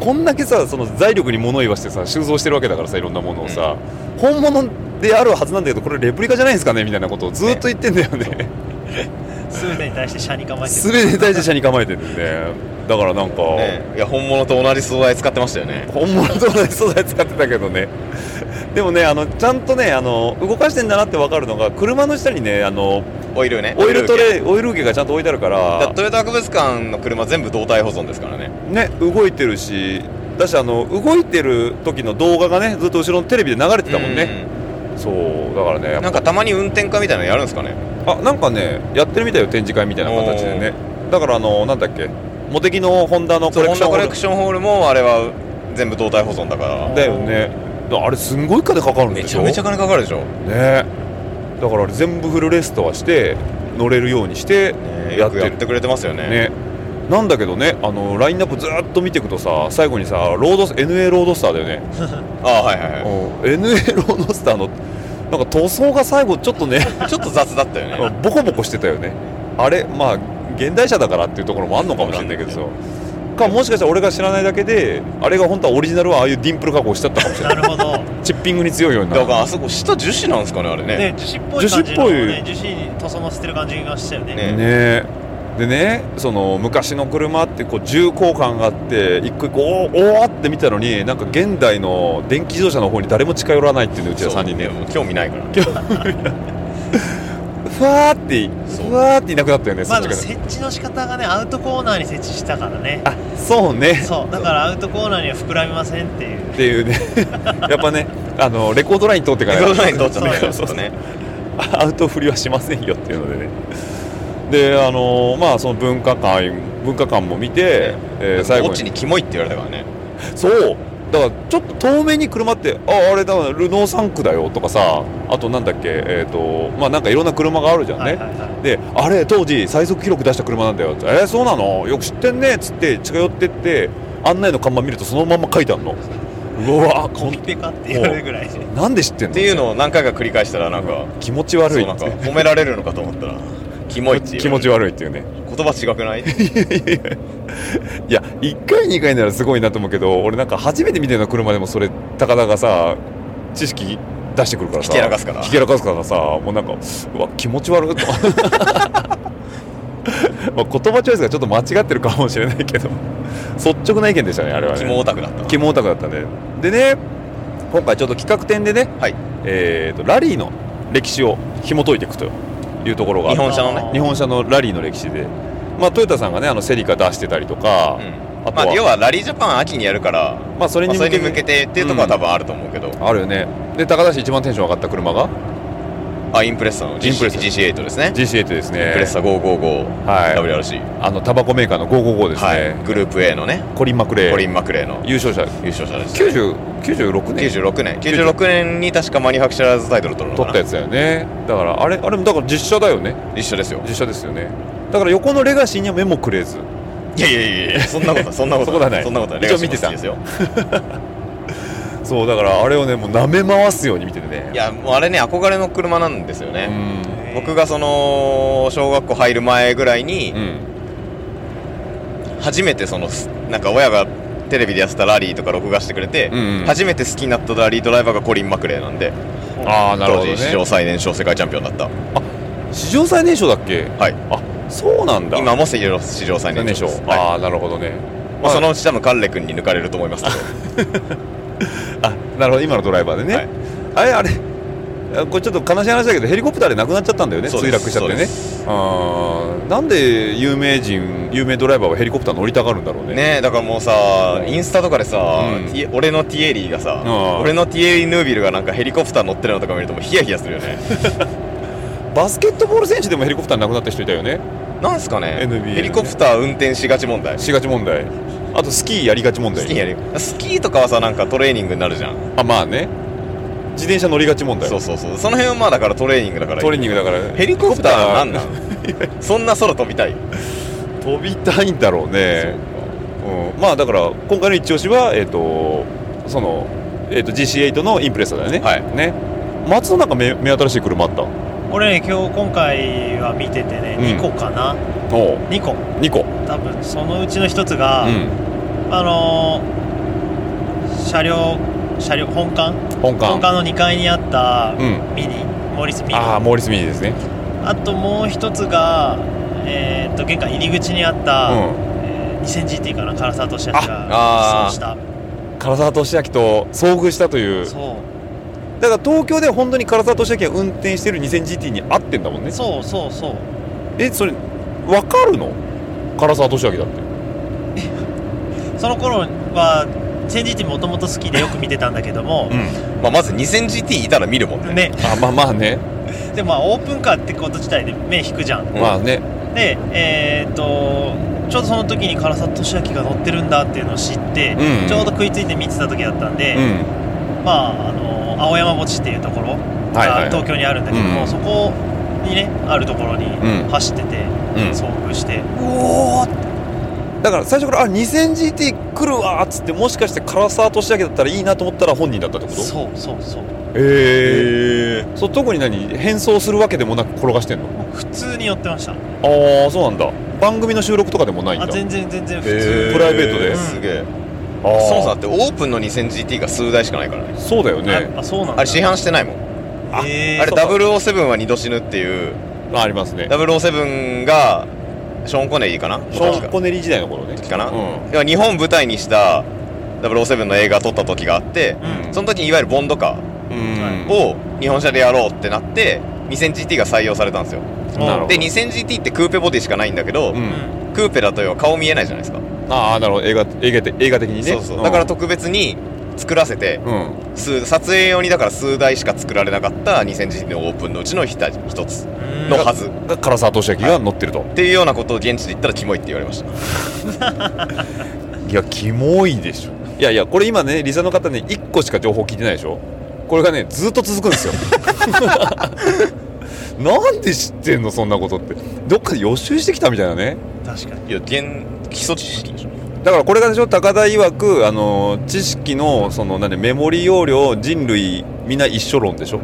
Speaker 5: こんだけさその財力に物言わしてさ収蔵してるわけだからさいろんなものをさ、本物であるはずなんだけどこれレプリカじゃないですかねみたいなことをずっと言ってんだよね
Speaker 4: 全てに対して車に構えて
Speaker 5: すべてに対して車に構えてるんでだからなんか、
Speaker 6: ねいや本物と同じ素材使ってましたよね
Speaker 5: 本物と同じ素材使ってたけどね でもねあのちゃんとねあの動かしてんだなって分かるのが車の下にねあの
Speaker 6: オイルね
Speaker 5: オイルト
Speaker 6: イ
Speaker 5: レイオイル受けがちゃんと置いてあるか
Speaker 6: だから
Speaker 5: ら
Speaker 6: トヨタ博物館の車全部動体保存ですからね
Speaker 5: ね動いてるしだしあの動いてる時の動画がねずっと後ろのテレビで流れてたもんね、そうだからねや
Speaker 6: う
Speaker 5: っ
Speaker 6: んなんかたまに運転家みたいなのやるんですかね
Speaker 5: ぱあなんかねやってるみたいよ展示会みたいな形でねだからあのなんだっけ茂木のホンダのコ
Speaker 6: そう
Speaker 5: レク
Speaker 6: ホン
Speaker 5: ショ
Speaker 6: ダ
Speaker 5: ン
Speaker 6: コレクションホールもあれは全部動態保存だから
Speaker 5: だよねあれすんごい金かかるん
Speaker 6: め
Speaker 5: でし
Speaker 6: ち
Speaker 5: ょ
Speaker 6: ゃめちゃ金かかるでしょ
Speaker 5: ねだからあれ全部フルレストはして乗れるようにして
Speaker 6: ね
Speaker 5: や
Speaker 6: よ
Speaker 5: っ
Speaker 6: く
Speaker 5: て
Speaker 6: やっ
Speaker 5: る
Speaker 6: てくれてますよね
Speaker 5: ねなんだけどねあのラインナップずーっと見ていくとさ最後にさロード NA ロードスターだよね
Speaker 6: ああはいはいは
Speaker 5: NA ロードスターのなんか塗装が最後ちょっとね
Speaker 6: いちょっと雑だったよね
Speaker 5: ボコボコしてたよねあれまあ現代車だからっていうところもあんのかもしれないけどさかもしかしたら俺が知らないだけであれが本当はオリジナルはああいうディンプル加工してたかもしれ
Speaker 4: な
Speaker 5: ない
Speaker 4: る ほど。
Speaker 5: チッピングに強いようにな
Speaker 6: だ
Speaker 5: る
Speaker 6: からあそこ下樹脂なんですかねあれね
Speaker 4: ね、樹脂っぽい感じの、
Speaker 5: 樹脂っぽい
Speaker 4: ね、樹脂に塗装のしてる感じがしたよね。
Speaker 6: ね
Speaker 5: ねえでねその昔の車ってこう重厚感があって一個一個おーおーって見たのになんか現代の電気自動車の方に誰も近寄らないっていうのうちら
Speaker 6: そう
Speaker 5: 3人ね
Speaker 6: もう興味ないから
Speaker 5: ふわーって
Speaker 6: そう
Speaker 5: ふわーっていなくなったよね
Speaker 4: まあ
Speaker 5: そ
Speaker 4: で
Speaker 5: っ
Speaker 4: も
Speaker 5: ち
Speaker 4: 設置の仕方がね、アウトコーナーに設置したからね。
Speaker 5: からあそうね
Speaker 4: そう、だからアウトコーナーには膨らみませんっていう。
Speaker 5: っていうね やっぱねあのレコードライン通ってか
Speaker 6: レ
Speaker 5: ら
Speaker 6: コードライン通っちゃったから
Speaker 5: そうそうそう
Speaker 6: ね
Speaker 5: アウト振りはしませんよっていうのでねであのまあその文化館文化館も見て、えー最後
Speaker 6: 落ちにキモいって言われたからね
Speaker 5: そうだからちょっと遠目に車ってああれだなルノー3区だよとかさあとなんだっけえっ、とまあなんかいろんな車があるじゃんね、
Speaker 4: はいはいは
Speaker 5: であれ当時最速記録出した車なんだよえー、そうなのよく知ってんねっつって近寄ってって案内の看板見るとそのまんま書いてあるのうわ
Speaker 4: い。コンペかって言われるぐらいで。
Speaker 5: なんで知ってん
Speaker 6: っ
Speaker 5: の
Speaker 6: ていうのを何回か繰り返したらなんか
Speaker 5: 気持ち悪
Speaker 6: そう
Speaker 5: い
Speaker 6: な
Speaker 5: っ
Speaker 6: ん
Speaker 5: て
Speaker 6: か褒められるのかと思ったらキモいっていう
Speaker 5: 気持ち悪いっていうね
Speaker 6: 言葉違くない
Speaker 5: いや1回2回ならすごいなと思うけど俺なんか初めて見たような車でもそれ高田がさ知識出してくるからさ
Speaker 6: ひけらかすから
Speaker 5: ひけらかすからさもうなんかうわ気持ち悪い とまあ言葉チョイスがちょっと間違ってるかもしれないけど率直な意見でしたねあれはね
Speaker 6: キモオタクだった
Speaker 5: キモオタクだったねでね今回ちょっと企画展でね、
Speaker 6: はい
Speaker 5: えー、とラリーの歴史を紐解いていくというところがあっ
Speaker 6: 日
Speaker 5: て
Speaker 6: 本車のね
Speaker 5: 日本車のラリーの歴史で、まあ、トヨタさんがねあのセリカ出してたりとか、
Speaker 6: うん
Speaker 5: あと
Speaker 6: ま
Speaker 5: は、
Speaker 6: あ
Speaker 5: ま
Speaker 6: 要
Speaker 5: あ、
Speaker 6: はラリージャパン秋にやるから
Speaker 5: それ
Speaker 6: まあ
Speaker 5: に
Speaker 6: そ
Speaker 5: 向
Speaker 6: れ
Speaker 5: け
Speaker 6: に
Speaker 5: て,、
Speaker 6: 向けてっていうとこは多分あると思うけど
Speaker 5: あるよねで高田市一番テンション上がった車が
Speaker 6: あインプレッサの GC
Speaker 5: インプレッサ
Speaker 6: GC8 ですね
Speaker 5: GC8 です
Speaker 6: イン
Speaker 5: ね
Speaker 6: プレッサ 555WRC
Speaker 5: はいあのタバコメーカーの555ですね、
Speaker 6: はいグループ A のね
Speaker 5: コリン・マクレー
Speaker 6: コリン・マクレーの
Speaker 5: 優勝者
Speaker 6: 優勝者ですね
Speaker 5: 90 96年
Speaker 6: 96年96年に確かマニファクチャラーズタイトル取るの
Speaker 5: 取ったや
Speaker 6: かな
Speaker 5: つだよねだからあれあれもだから実写だよね
Speaker 6: 一緒ですよ
Speaker 5: 実写ですよねだから横のレガシーには目もくれず
Speaker 6: いやいやいやいやそんなことそんなこと
Speaker 5: そこだね
Speaker 6: そんなこと
Speaker 5: 一応見てた
Speaker 6: レガシーも好きです
Speaker 5: そうだからあれをねもう舐め回すように見ててね
Speaker 6: よいやもうあれね憧れの車なんですよ
Speaker 5: う
Speaker 6: ね
Speaker 5: ん
Speaker 6: 僕がその小学校入る前ぐらいに
Speaker 5: うん
Speaker 6: 初めてそのなんか親がテレビでやってたラリーとか録画してくれて、
Speaker 5: うんうん
Speaker 6: 初めて好きになったラリードライバーがコリン・マクレーなんで、
Speaker 5: ああなる
Speaker 6: 当
Speaker 5: ほど
Speaker 6: 時史上
Speaker 5: ね
Speaker 6: 最年少世界チャンピオンだった
Speaker 5: 史上最年少だっけ
Speaker 6: はい
Speaker 5: あそうなんだ
Speaker 6: 今も史上史上最
Speaker 5: 最年
Speaker 6: 年
Speaker 5: 少
Speaker 6: 少です、はい
Speaker 5: ああなるほどね
Speaker 6: まあ、そのうち多分カンレ君に抜かれると思いますけど
Speaker 5: あなるほど今のドライバーでねあれあれあこれちょっと悲しい話だけどヘリコプターで亡くなっちゃったんだよね
Speaker 6: そうで
Speaker 5: 墜
Speaker 6: す
Speaker 5: 落しちゃって
Speaker 6: そうで
Speaker 5: ねあーなんで有名人有名ドライバーはヘリコプター乗りたがるんだろうね
Speaker 6: ねえだからもうさインスタとかでさ、
Speaker 5: うん
Speaker 6: ティエ俺のティエリーがさ
Speaker 5: ああ
Speaker 6: 俺のティエリー・ヌービルがなんかヘリコプター乗ってるのとか見るともうヒヤヒヤするよね
Speaker 5: バスケットボール選手でもヘリコプター亡くなった人いたよね
Speaker 6: なんすかね
Speaker 5: NBA ね
Speaker 6: ヘリコプター運転しがち問題
Speaker 5: しがち問題あとスキーやりがち問題
Speaker 6: スキーやるスキーとかはさなんかトレーニングになるじゃん
Speaker 5: あまあね自転車乗りがち問題
Speaker 6: そうそうそうその辺はまあだからトレーニングだから
Speaker 5: トレーニングだから
Speaker 6: ヘリコプターは何なん そんな空飛びたい
Speaker 5: 飛びたいんだろうねう、ん、まあだから今回の一押しはえっ、とその、えー、と GC8 のインプレッサだよね
Speaker 6: はい
Speaker 5: ね松の中目目新しい車あった
Speaker 4: 俺ね、今日今回は見ててね、
Speaker 5: うん
Speaker 4: 2個かな。
Speaker 5: おう
Speaker 4: 2個。
Speaker 5: 2個
Speaker 4: 多分そのうちの1つが、
Speaker 5: うん
Speaker 4: あのー車両、車両、本館
Speaker 5: 本
Speaker 4: 本
Speaker 5: 館
Speaker 4: 館の2階にあった
Speaker 5: うん
Speaker 4: ミニ、モーリスミニ。
Speaker 5: ああモーリス・ミニですね
Speaker 4: あともう一つが、えー、と玄関入り口にあっ
Speaker 5: う
Speaker 4: た、えー 2000GT かな唐沢俊明
Speaker 6: あ
Speaker 4: がそうした
Speaker 5: ん唐沢俊明と遭遇したという
Speaker 4: そう
Speaker 5: だから東京で本当に唐沢俊明が運転してる 2000GT に合ってんだもんね
Speaker 4: そうそうそう
Speaker 5: えそれ分かるの唐沢俊明だって
Speaker 4: その頃は 2000GT もともと好きでよく見てたんだけども、
Speaker 5: うん
Speaker 6: まあまず 2000GT いたら見るもんね
Speaker 4: ね
Speaker 5: あまあまあ ね
Speaker 4: でもまあオープンカーってこと自体で目引くじゃん
Speaker 5: まあね
Speaker 4: でえっ、とちょうどその時に唐沢俊明が乗ってるんだっていうのを知って、
Speaker 5: うん
Speaker 4: ちょうど食いついて見てた時だったんで、
Speaker 5: うん
Speaker 4: まああの青山墓地っていうところが、
Speaker 5: はいはいはい
Speaker 4: 東京にあるんだけども、
Speaker 5: うん
Speaker 4: そこにねあるところに
Speaker 5: うん
Speaker 4: 走ってて、
Speaker 5: うん
Speaker 4: 遭遇して、
Speaker 5: だから最初から「あ 2000GT 来るわ」っつってもしかして唐沢俊明だったらいいなと思ったら本人だったってこと
Speaker 4: そうそうそう
Speaker 5: ええそう特に何変装するわけでもなく転がしてんの
Speaker 4: 普通に寄ってました
Speaker 5: ああそうなんだ番組の収録とかでもないんだ
Speaker 4: あ全然全然普
Speaker 5: へ
Speaker 4: 通、
Speaker 5: プライベートで
Speaker 6: ですげえ
Speaker 5: あー
Speaker 6: そもそもだってオープンの 2000GT が数台しかないからね
Speaker 5: そうだよね
Speaker 4: ああそうなんだ
Speaker 6: あれ市販してないもん
Speaker 5: あ
Speaker 4: えー
Speaker 6: あれ
Speaker 5: そうか
Speaker 6: 007は二度死ぬっていう
Speaker 5: あありますね
Speaker 6: 007がショーン・コネリーかな
Speaker 5: ショーン・
Speaker 6: 確か
Speaker 5: コネリー時代の頃ね
Speaker 6: かな
Speaker 5: うん
Speaker 6: いや日本舞台にした007の映画撮った時があって
Speaker 4: うん
Speaker 6: その時にいわゆるボンドカ
Speaker 5: うん
Speaker 6: ーを日本車でやろうってなって 2000GT が採用されたんですよ
Speaker 5: なるほど
Speaker 6: で 2000GT ってクーペボディしかないんだけ
Speaker 5: う
Speaker 6: ど、
Speaker 5: ん
Speaker 6: クーペだと要は顔見えないじゃないですか、
Speaker 5: ああなるほど映画映画的映画的にね
Speaker 6: そうそうだから特別に作らせて
Speaker 5: うん
Speaker 6: 数撮影用にだから数台しか作られなかった 2000GT のオープンのうちの一台一つのはずっ
Speaker 5: だから唐沢俊明が乗ってると、
Speaker 6: ていうようなことを現地で言ったらキモいって言われました
Speaker 5: い、やキモいでしょいやいやこれ今ねリサの方ね1個しか情報聞いてないでしょこれがねずっと続くんですよ なんで知ってんのそんなことってどっかで予習してきたみたいなね
Speaker 4: 確かに
Speaker 6: いや現基礎知識でしょ
Speaker 5: だからこれがでしょ高田曰くあの知識のそのなんでメモリ容量人類みんな一緒論でしょ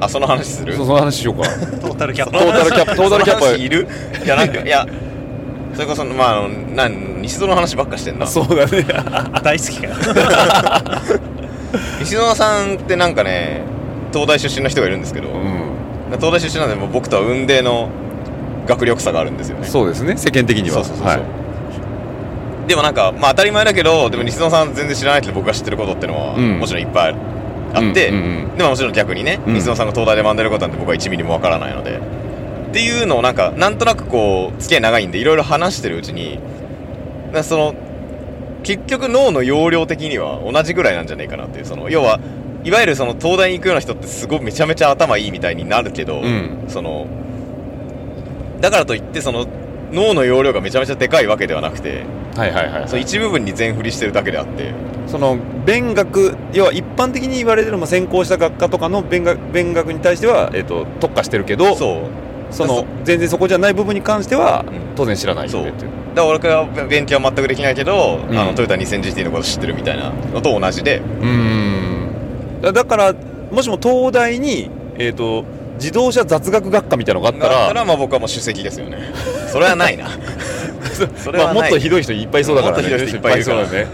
Speaker 6: あその話する
Speaker 5: そその話しようか
Speaker 4: トータルキャッ プ
Speaker 5: トータルキャッ プトータルキャッ
Speaker 6: その話い
Speaker 5: プ
Speaker 6: るいやなん かいやそれこそまああのなん西園の話ばっかしてんな
Speaker 5: そうだね
Speaker 4: 大好 きかよ
Speaker 6: 西園さんってなんかね東大出身の人がいるんですけど、
Speaker 5: うん
Speaker 6: 東大出身なんでもう僕とは雲泥の学力差があるんですよね
Speaker 5: そうですね世間的には
Speaker 6: そうそうそうそう
Speaker 5: はい
Speaker 6: でもなんかまあ当たり前だけどでも西園さん全然知らないけど僕が知ってることってのは、
Speaker 5: うん
Speaker 6: もちろんいっぱいあって、
Speaker 5: うんうん
Speaker 6: でももちろん逆にね、
Speaker 5: うん
Speaker 6: 西野さんが東大で学んでることなんて僕は1ミリもわからないのでっていうのをなんかなんとなくこう付き合い長いんでいろいろ話してるうちにだからその結局脳の容量的には同じぐらいなんじゃないかなっていうその要はいわゆるその東大に行くような人ってすごいめちゃめちゃ頭いいみたいになるけど、
Speaker 5: うん
Speaker 6: そのだからといってその脳の容量がめちゃめちゃでかいわけではなくて
Speaker 5: うんはいはいはい
Speaker 6: その一部分に全振りしてるだけであって
Speaker 5: その勉学要は一般的に言われてるまあ専攻した学科とかの勉学勉学に対しては、えっと特化してるけどそ
Speaker 6: そう
Speaker 5: の
Speaker 6: そ
Speaker 5: 全然そこじゃない部分に関しては
Speaker 6: ん
Speaker 5: 当然知らないよ
Speaker 6: そう
Speaker 5: ねっていう
Speaker 6: だから俺は勉強は全くできないけど、
Speaker 5: うん
Speaker 6: あのトヨタ 2000GT のこと知ってるみたいなのと同じで
Speaker 5: うーんだだからもしも東大に、えっと自動車雑学学科みたいなのがあった
Speaker 6: だ
Speaker 5: ら
Speaker 6: ったらまあ僕はもう首席ですよ ねそれはないなそれ
Speaker 5: まあ、
Speaker 6: は
Speaker 5: も
Speaker 6: な
Speaker 5: っ
Speaker 6: い、
Speaker 5: とひどい人いっぱいいそうだからね
Speaker 6: もっとひどい人いっぱいいるから
Speaker 5: っぱいいそうだね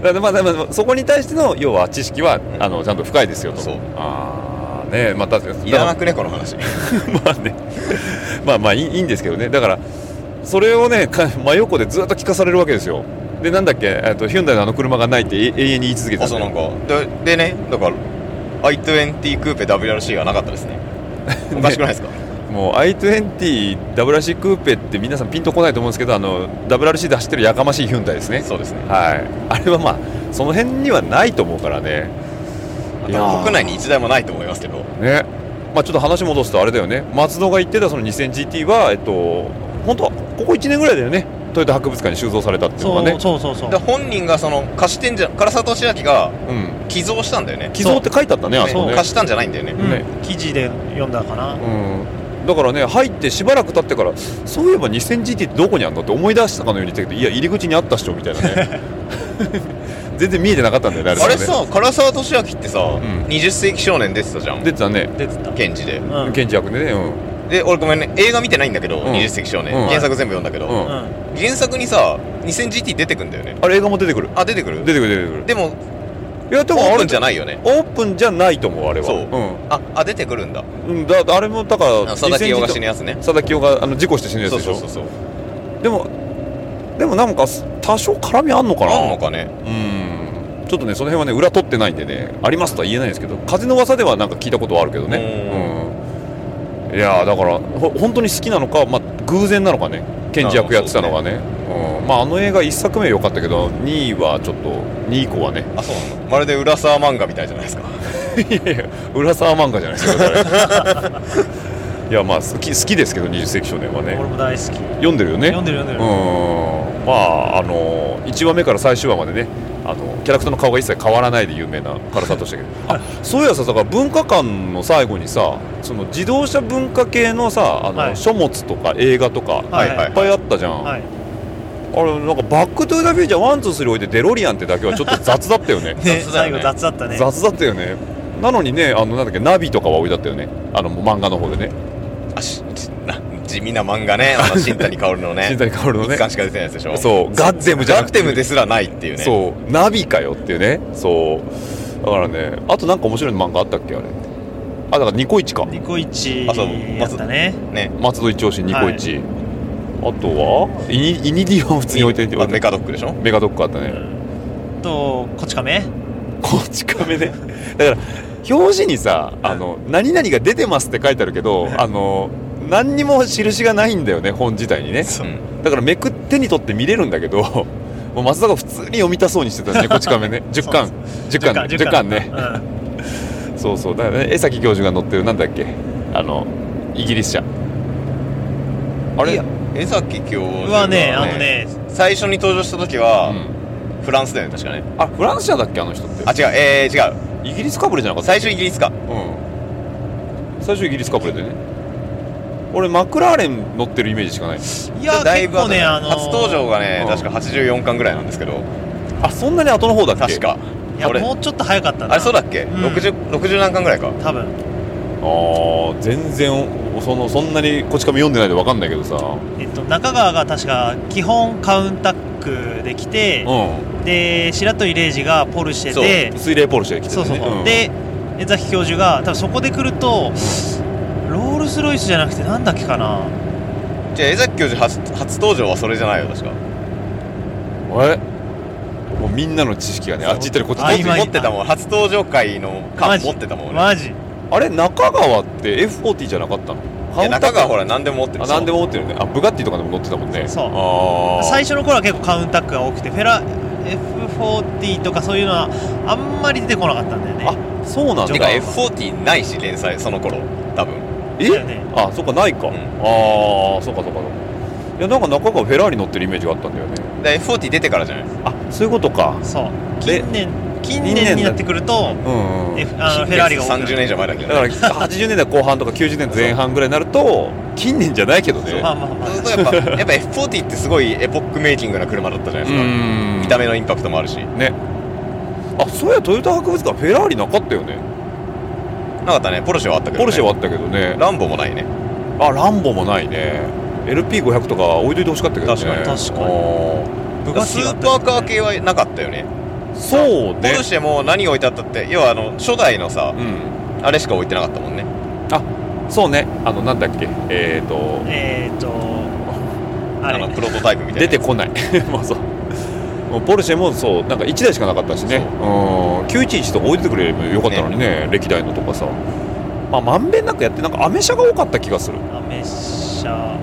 Speaker 5: だからまあ、でもそこに対しての要は知識は、あのちゃんと深いですよと
Speaker 6: そう
Speaker 5: ああねまあだって
Speaker 6: いらなくねこの 話
Speaker 5: まあね、まあまあいいいいんですけどね、だから、それをね、か真横でずっと聞かされるわけですよ。で、なんだっけ、えっとヒュンダイのあの車がないってえ永遠に言い続けてた
Speaker 6: あ
Speaker 5: んだ
Speaker 6: そ
Speaker 5: よ
Speaker 6: うなんかででねだから i20 クーペ WRC がなかった ですねおかしくないですか、
Speaker 5: もう i20 WRC クーペって皆さんピンとこないと思うんですけど、あの WRC で走ってるやかましいヒュンダイですね。
Speaker 6: そうですね
Speaker 5: はい、あれはまあ、その辺にはないと思うからね。いやー
Speaker 6: 国内に一台もないと思いますけど
Speaker 5: ね、まあ、ちょっと話戻すとあれだよね松戸が言ってたその 2000GT は、えっと、本当はここ1年ぐらいだよねトヨタ博物館に収蔵されたっていうの
Speaker 4: そ
Speaker 5: が
Speaker 4: う
Speaker 5: ね
Speaker 4: そうそうそう
Speaker 6: で本人がその貸してんじゃ唐沢俊明が
Speaker 5: うん、
Speaker 6: 寄贈したんだよね
Speaker 5: 寄贈って書いてあったねあそこ
Speaker 6: ね
Speaker 5: ね
Speaker 6: 貸したんじゃないんだよね、
Speaker 4: うん
Speaker 5: ね
Speaker 4: 記事で読んだか
Speaker 5: う
Speaker 4: な
Speaker 5: んだからね入ってしばらく経ってからそういえば 2000GT ってどこにあんのって思い出したかのように言ってたけどいや入り口にあったっしょみたいな ね全然見えてなかったんだよねあれ
Speaker 6: あれ
Speaker 5: ね
Speaker 6: さ唐沢俊明ってさ、
Speaker 5: ん
Speaker 6: 20世紀少年出てたじゃん
Speaker 5: 出てたね
Speaker 4: 出てた
Speaker 6: 検事で
Speaker 4: うん
Speaker 5: 検事役でねうん
Speaker 6: で俺ごめんね映画見てないんだけど、
Speaker 5: うん
Speaker 6: 20世紀少年、
Speaker 5: うん
Speaker 6: 原作全部読んだけど、
Speaker 5: うん
Speaker 4: うん
Speaker 6: 原作にさ 2000GT 出てくんだよね
Speaker 5: あれ映画も出てくる
Speaker 6: あ出てくる
Speaker 5: 出てくる出てくる
Speaker 6: でも
Speaker 5: いやで
Speaker 6: オ
Speaker 5: もあ
Speaker 6: ープ
Speaker 5: れ
Speaker 6: ンじゃないよね
Speaker 5: オープンじゃないと思うあれは
Speaker 6: そう
Speaker 5: う
Speaker 6: ああ出てくるんだ
Speaker 5: ん、うん、だあれもだから
Speaker 6: あ佐々木洋が死ぬやつね
Speaker 5: 佐々木洋があの事故して死ぬやつ
Speaker 6: そう
Speaker 5: でし
Speaker 6: そ
Speaker 5: ょ
Speaker 6: うそうそう
Speaker 5: でもでもなんか多少絡みあんのかな
Speaker 6: あんのかね
Speaker 5: うんちょっとねその辺はね裏取ってないんでねありますとは言えないんですけど風の噂ではなんか聞いたことはあるけどねうんいやーだからほ本当に好きなのか、まあ、偶然なのかね賢治役やってたのがねうんまああの映画1作目は良かったけど2位はちょっと2位以降はね
Speaker 6: あそうなのまるで浦沢漫画みたいじゃないですか
Speaker 5: いやい や浦沢漫画じゃないですかそ れいやまあ好き好きですけど20世紀少年はね
Speaker 4: 俺も大好き
Speaker 5: 読んでるよね
Speaker 4: 読んでる読んでる
Speaker 5: うんまああの1話目から最終話までねあのキャラクターの顔が一切変わらないで有名な唐沢としたけどあそういやさだから文化館の最後にさその自動車文化系のさあの、
Speaker 4: はい
Speaker 5: 書物とか映画とか、
Speaker 4: はい
Speaker 5: い、っぱいあったじゃん、
Speaker 4: はい
Speaker 5: あれなんか「バック・トゥ・ザ・フューチャー」ワンツースリー置いてデロリアンってだけはちょっと雑だったよね
Speaker 4: ね
Speaker 6: 雑だ
Speaker 4: 最
Speaker 6: よね
Speaker 4: 後雑だったね
Speaker 5: 雑だったよねなのにねあのなんだっけナビとかは置いてあったよねあの漫画の方でね
Speaker 6: あしちな地味な漫画ね あの新谷薫のね
Speaker 5: 新谷薫のね
Speaker 6: 一巻しか出てないやつでしょ
Speaker 5: そうガッゼムじゃ
Speaker 6: ガ
Speaker 5: な
Speaker 6: ッ
Speaker 5: くて
Speaker 6: テムですらないっていうね
Speaker 5: そうナビかよっていうねそうだからねあとなんか面白い漫画あったっけあれあだからニコイチか
Speaker 4: ニコイチや
Speaker 6: あそう
Speaker 4: ったね
Speaker 6: ね
Speaker 5: 松戸一押しニコイチ、あとはイニイニディオン普通に置いてて
Speaker 6: あメカドックでしょ
Speaker 5: メガドックあった
Speaker 4: う
Speaker 5: ね、
Speaker 4: んとこち亀
Speaker 5: こち亀ねだから表紙にさ「あの何々が出てます」って書いてあるけどあの何にも印がないんだよね本自体にね
Speaker 6: うん
Speaker 5: だからめくってに取って見れるんだけどもう松田が普通に読みたそうにしてたねこち亀ね10巻10巻10巻ね
Speaker 4: うん
Speaker 5: そうそうだからね江崎教授が乗ってるなんだっけあのイギリス車あれ
Speaker 6: いや江崎教授
Speaker 4: はねあのね
Speaker 6: 最初に登場した時は、
Speaker 5: うん
Speaker 6: フランスだよね確かね
Speaker 5: あフランス車だっけあの人って
Speaker 6: あ違うえー、違う
Speaker 5: イギリスかぶれじゃなかった
Speaker 6: 最初イギリスか
Speaker 5: うん最初イギリスかぶれでね俺マクラーレン乗ってるイメージしかない
Speaker 4: いや
Speaker 6: だい
Speaker 4: 結
Speaker 6: ぶ後
Speaker 4: 構
Speaker 6: だ
Speaker 4: ね
Speaker 6: よ
Speaker 4: あの
Speaker 6: 初登場がね、
Speaker 5: うん
Speaker 6: 確か84巻ぐらいなんですけど
Speaker 5: あそんなに後の方だっけ
Speaker 6: 確か
Speaker 4: いや
Speaker 6: 俺
Speaker 4: もうちょっと早かったな
Speaker 6: あれそうだっけ、
Speaker 4: ん
Speaker 6: 60, 60何巻ぐらいか
Speaker 4: 多分
Speaker 5: あー全然そのそんなにこち亀読んでないで分かんないけどさう
Speaker 4: えっと中川が確か基本カウンタックで来て
Speaker 5: ん
Speaker 4: で白鳥玲二がポルシェ
Speaker 5: そう
Speaker 4: で
Speaker 5: 水冷ポルシェ来て
Speaker 4: そう
Speaker 5: た
Speaker 4: そう
Speaker 5: ね
Speaker 4: そう、
Speaker 5: ん
Speaker 4: で江崎教授が多分そこで来るとロールス・ロイスじゃなくてなんだっけかな
Speaker 6: じゃあ江崎教授初初登場はそれじゃないよ確か
Speaker 5: あれもうみんなの知識がねあっち行ったりこっち行ったり
Speaker 4: 曖昧
Speaker 6: 持ってたもん初登場回の
Speaker 4: マ
Speaker 6: 巻
Speaker 4: ジ
Speaker 6: 持ってたもん俺
Speaker 4: マジ
Speaker 5: あれ中川って F40 じゃなかったの
Speaker 6: いや中川ほら
Speaker 5: あ
Speaker 6: 何でも持ってる
Speaker 5: 何でも持ってるねあブガッティとかでも乗ってたもんね
Speaker 4: そう
Speaker 5: あー
Speaker 4: 最初の頃は結構カウンタックが多くてフェラ F40 とかそういうのはあんまり出てこなかったんだよね
Speaker 5: あそうなん
Speaker 6: て
Speaker 5: だ
Speaker 6: か F40 ないし連載その頃多分
Speaker 4: だよね
Speaker 5: あそっかないか、
Speaker 6: うん
Speaker 5: ああそうかそうかそうかいやなんか中川フェラーリ乗ってるイメージがあったんだよね
Speaker 6: で F40 出てからじゃない
Speaker 5: あそういうことか
Speaker 4: そう
Speaker 5: で
Speaker 4: 近年近
Speaker 5: 近年だ
Speaker 4: 年になってくる
Speaker 5: う
Speaker 4: と
Speaker 5: ん、
Speaker 4: F- あのフェラーリが多くなる
Speaker 6: 30年以上前だけど
Speaker 5: だから80年代後半とか90年代前半ぐらいになると近年じゃないけどね
Speaker 4: まあまあまあ
Speaker 6: そうするとやっぱやっぱ F40 ってすごいエポックメイキングな車だったじゃない
Speaker 5: う
Speaker 6: ですか、
Speaker 5: ん
Speaker 6: 見た目のインパクトもあるしな
Speaker 5: ねあそういやトヨタ博物館フェラーリなかったよね
Speaker 6: かったねポルシェはあったけど、ね、
Speaker 5: ポルシェはあったけどね
Speaker 6: ランボもないね
Speaker 5: あランボもないね LP500 とか置いといてほしかったけどね
Speaker 6: 確
Speaker 4: かに確かに
Speaker 5: に
Speaker 4: 部
Speaker 6: スーパーカー系はなかったよね
Speaker 5: そう
Speaker 6: ポ
Speaker 5: ね
Speaker 6: ルシェも何置いてあったって要はあの初代のさ
Speaker 5: うん
Speaker 6: あれしか置いてなかったもんね
Speaker 5: そうねあのなんだっけえっ、ー、と
Speaker 4: えっ、ー、とあ
Speaker 6: あ
Speaker 4: れ
Speaker 6: のプロトタイプみたいな
Speaker 5: 出てこない もうそうもうポルシェもそうなんか1台しかなかったしねうん911とか置いててくれればよかったのにね歴代のとかさまあまんべんなくやってなんかアメ車が多かった気がする
Speaker 4: アメ車、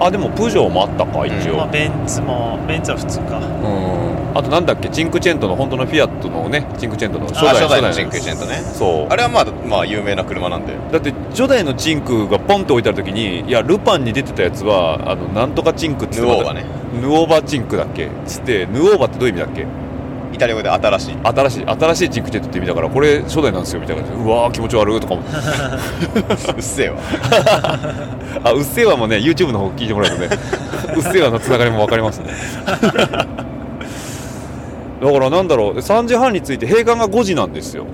Speaker 5: あでもプジョーもあったか一
Speaker 4: まあ、
Speaker 5: 応
Speaker 4: ベンツもベンツは普通
Speaker 5: う
Speaker 4: か
Speaker 5: んあとなんだっけチンクチェントの本当のフィアットのねチンクチェントの初
Speaker 6: あ
Speaker 5: 代
Speaker 6: 初代の
Speaker 5: 初
Speaker 6: チ
Speaker 5: 代
Speaker 6: ン
Speaker 5: の
Speaker 6: クチェントね
Speaker 5: そう
Speaker 6: あれはまあまあ有名な車なんで
Speaker 5: だって初代のチンクがポンと置いてある時にいやルパンに出てたやつはあのなんとかチンクっつって
Speaker 6: ヌオーがね
Speaker 5: ヌオーバチンクだっけつってヌオーバってどういう意味だっけ
Speaker 6: イタリア語で新しい
Speaker 5: 新しい新しいチンクチェントって意味だからこれ初代なんですよみたいな感じでうわー気持ち悪いとか思って
Speaker 6: うっせえわ
Speaker 5: あうっせぇわもね YouTube の方聞いてもらうと ねうっせぇわのつながりも分かりますねだからなんだろう3時半に着いて閉館が5時なんですよ、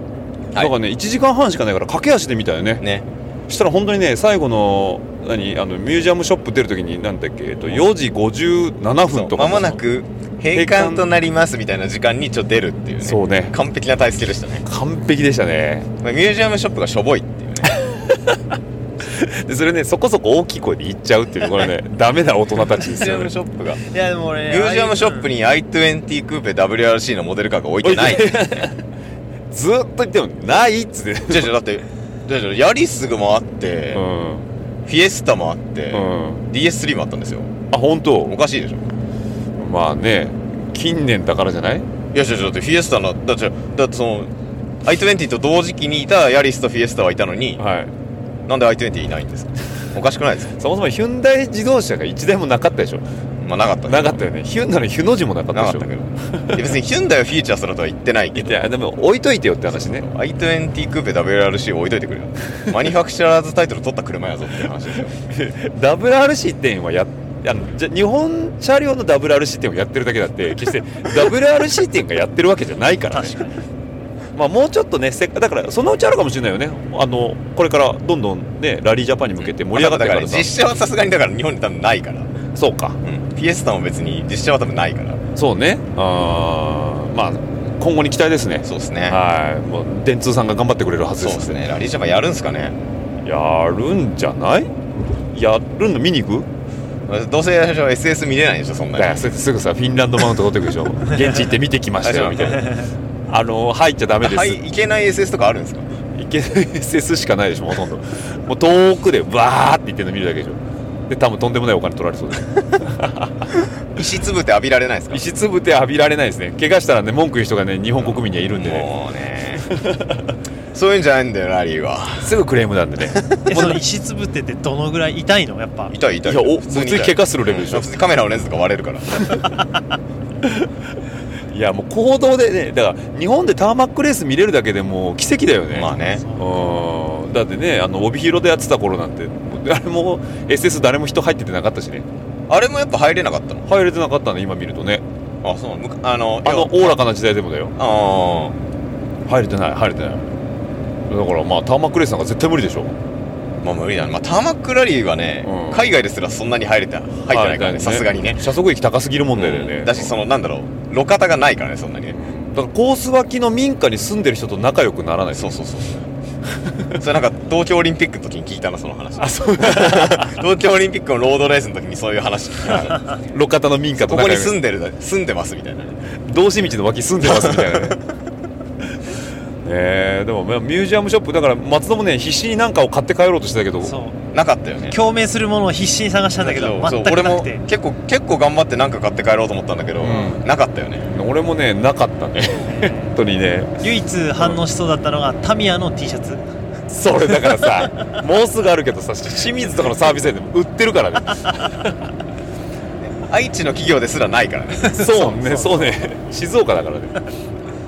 Speaker 5: だからね1時間半しかないから駆け足で見たよね
Speaker 6: ね
Speaker 5: したら本当にね最後の何あのミュージアムショップ出るときに何だっけ、えっと、4時57
Speaker 6: そ
Speaker 5: 分
Speaker 6: う
Speaker 5: とか
Speaker 6: 間もなく閉館となりますみたいな時間にちょっと出るっていうね
Speaker 5: そうね
Speaker 6: 完璧な体制でしたね、
Speaker 5: 完璧でしたね
Speaker 6: まあ、ミュージアムショップがしょぼいっていうね
Speaker 5: でそれねそこそこ大きい声で言っちゃうっていうこれねダメな大人たち
Speaker 6: ミュ
Speaker 5: です
Speaker 6: ージア
Speaker 5: よ、
Speaker 6: ム
Speaker 5: ね、
Speaker 6: ショップがミ
Speaker 4: いやでも俺
Speaker 6: ュージアムショップに i20 クーペ WRC のモデルカーが置いてない
Speaker 5: 置いずーっと言ってもないっつって、
Speaker 6: じゃあじゃあだってじゃあじゃあヤリスグもあって、
Speaker 5: う
Speaker 6: フ
Speaker 5: ん
Speaker 6: ィエスタもあって、
Speaker 5: うん、
Speaker 6: DS3 もあったんですよ
Speaker 5: あ本当
Speaker 6: おかしいでしょ
Speaker 5: まあね近年だからじゃない
Speaker 6: いやじゃあじゃあだってフィエスタのだってだってその i20 と同時期にいたヤリスとフィエスタはいたのに
Speaker 5: はい
Speaker 6: なんで i20 いないんですかおかしくないですか
Speaker 5: そもそもヒュンダイ自動車が一台もなかったでしょ
Speaker 6: まあなかったけど
Speaker 5: なかったよねヒュンダのヒュの字もなかっ
Speaker 6: な
Speaker 5: た
Speaker 6: か
Speaker 5: で
Speaker 6: っ
Speaker 5: したょ
Speaker 6: けどいや別にヒュンダイをフィーチャーするとは言ってないけど
Speaker 5: いやでも置いといてよって話ね
Speaker 6: i20 クーペ WRC を置いといて くれよマニュファクチャラーズタイトル取った車やぞっていう話ですよ
Speaker 5: WRC 店はやっあのじゃ日本車両の WRC 店をやってるだけだ って決して WRC 店がやってるわけじゃないからね
Speaker 4: 確かに
Speaker 5: まあ、もうちょっとねせっかだからそのうちあるかもしれないよねあのこれからどんどんねラリージャパンに向けて盛り上がって
Speaker 6: だ
Speaker 5: か
Speaker 6: から
Speaker 5: らさ
Speaker 6: 実写はさすがにだから日本に多分ないから、うん、
Speaker 5: そうか
Speaker 6: フィエスタも別に実写は多分ないから
Speaker 5: そうねあーまあ今後に期待ですね
Speaker 6: そうですね
Speaker 5: はいもう電通さんが頑張ってくれるはず
Speaker 6: そう
Speaker 5: で
Speaker 6: ですすねラリージャパンやるんすかね
Speaker 5: やるんじゃないやるの見に行く
Speaker 6: どうせ SS 見れないでしょそんな
Speaker 5: だから
Speaker 6: に
Speaker 5: それですぐさフィンランドマウント取ってくでしょ 現地行って見てきましたよみたいなあの入っちゃダメです、、
Speaker 6: はいい、いけない SS とかあるんですか
Speaker 5: け SS しかないでしょほとんどもう遠くでわーって言ってるの見るだけでしょで多分とんでもないお金取られそうです
Speaker 6: 石つぶって浴びられないですか
Speaker 5: 石つぶて浴びられないですね怪我したらね文句言う人がね日本国民にはいるんでね
Speaker 6: もうね そういうんじゃないんだよラリーは
Speaker 5: すぐクレームなんで ね
Speaker 4: えその石つぶってってどのぐらい痛いのやっぱ
Speaker 6: 痛い痛い
Speaker 5: いやお
Speaker 6: 痛い
Speaker 5: 普通に怪我するレベルでしょ
Speaker 6: うん普通にカメラのレンズとか割れるから
Speaker 5: いやもう行動でねだから日本でターマックレース見れるだけでもう奇跡だよね
Speaker 6: まあね
Speaker 5: うんだってねあの帯広でやってた頃なんてもうあれも SS 誰も人入っててなかったしね
Speaker 6: あれもやっぱ入れなかったの
Speaker 5: 入れてなかったんで今見るとね
Speaker 6: あそうむかあの
Speaker 5: あの
Speaker 6: 要
Speaker 5: おおらかな時代でもだよ
Speaker 6: は
Speaker 5: 入れてない入れてないだからまあターマックレースなんか絶対無理でしょ
Speaker 6: あーまあ無理だな、まあ、ターマックラリーはね、
Speaker 5: うん
Speaker 6: 海外ですらそんなに入れた入ってないからねさすがにね
Speaker 5: 車速域高すぎる問題だよね、
Speaker 6: うんだしそのなんだろう路肩がないからねそんなにね
Speaker 5: だからコース脇の民家に住んでる人と仲良くならない
Speaker 6: そうそうそう それなんか東京オリンピックの時に聞いたなその話
Speaker 5: あそう
Speaker 6: 東京オリンピックのロードレースの時にそういう話聞きました
Speaker 5: 路肩の民家と仲
Speaker 6: ここに
Speaker 5: 良く
Speaker 6: 住んでるだ住んでますみたいなね
Speaker 5: 道志道の脇住んでますみたい なねえー、でもまあミュージアムショップだから松戸もね必死に何かを買って帰ろうとしてたけど
Speaker 4: そう
Speaker 6: なかったよね
Speaker 4: 共鳴するものを必死に探したんだけど
Speaker 6: そう
Speaker 4: 全く
Speaker 6: 俺
Speaker 4: な
Speaker 6: も
Speaker 4: くて
Speaker 6: 結構結構頑張って何か買って帰ろうと思ったんだけ
Speaker 5: う
Speaker 6: ど、
Speaker 5: ん
Speaker 6: なかったよね
Speaker 5: 俺もねなかったね本当にね
Speaker 4: 唯一反応しそうだったのがタミヤの T シャツ
Speaker 5: それだから さもうすぐあるけどさ清水とかのサービスエリアでも売ってるからね
Speaker 6: 愛知の企業ですらないからね
Speaker 5: そうねそうね静岡だからね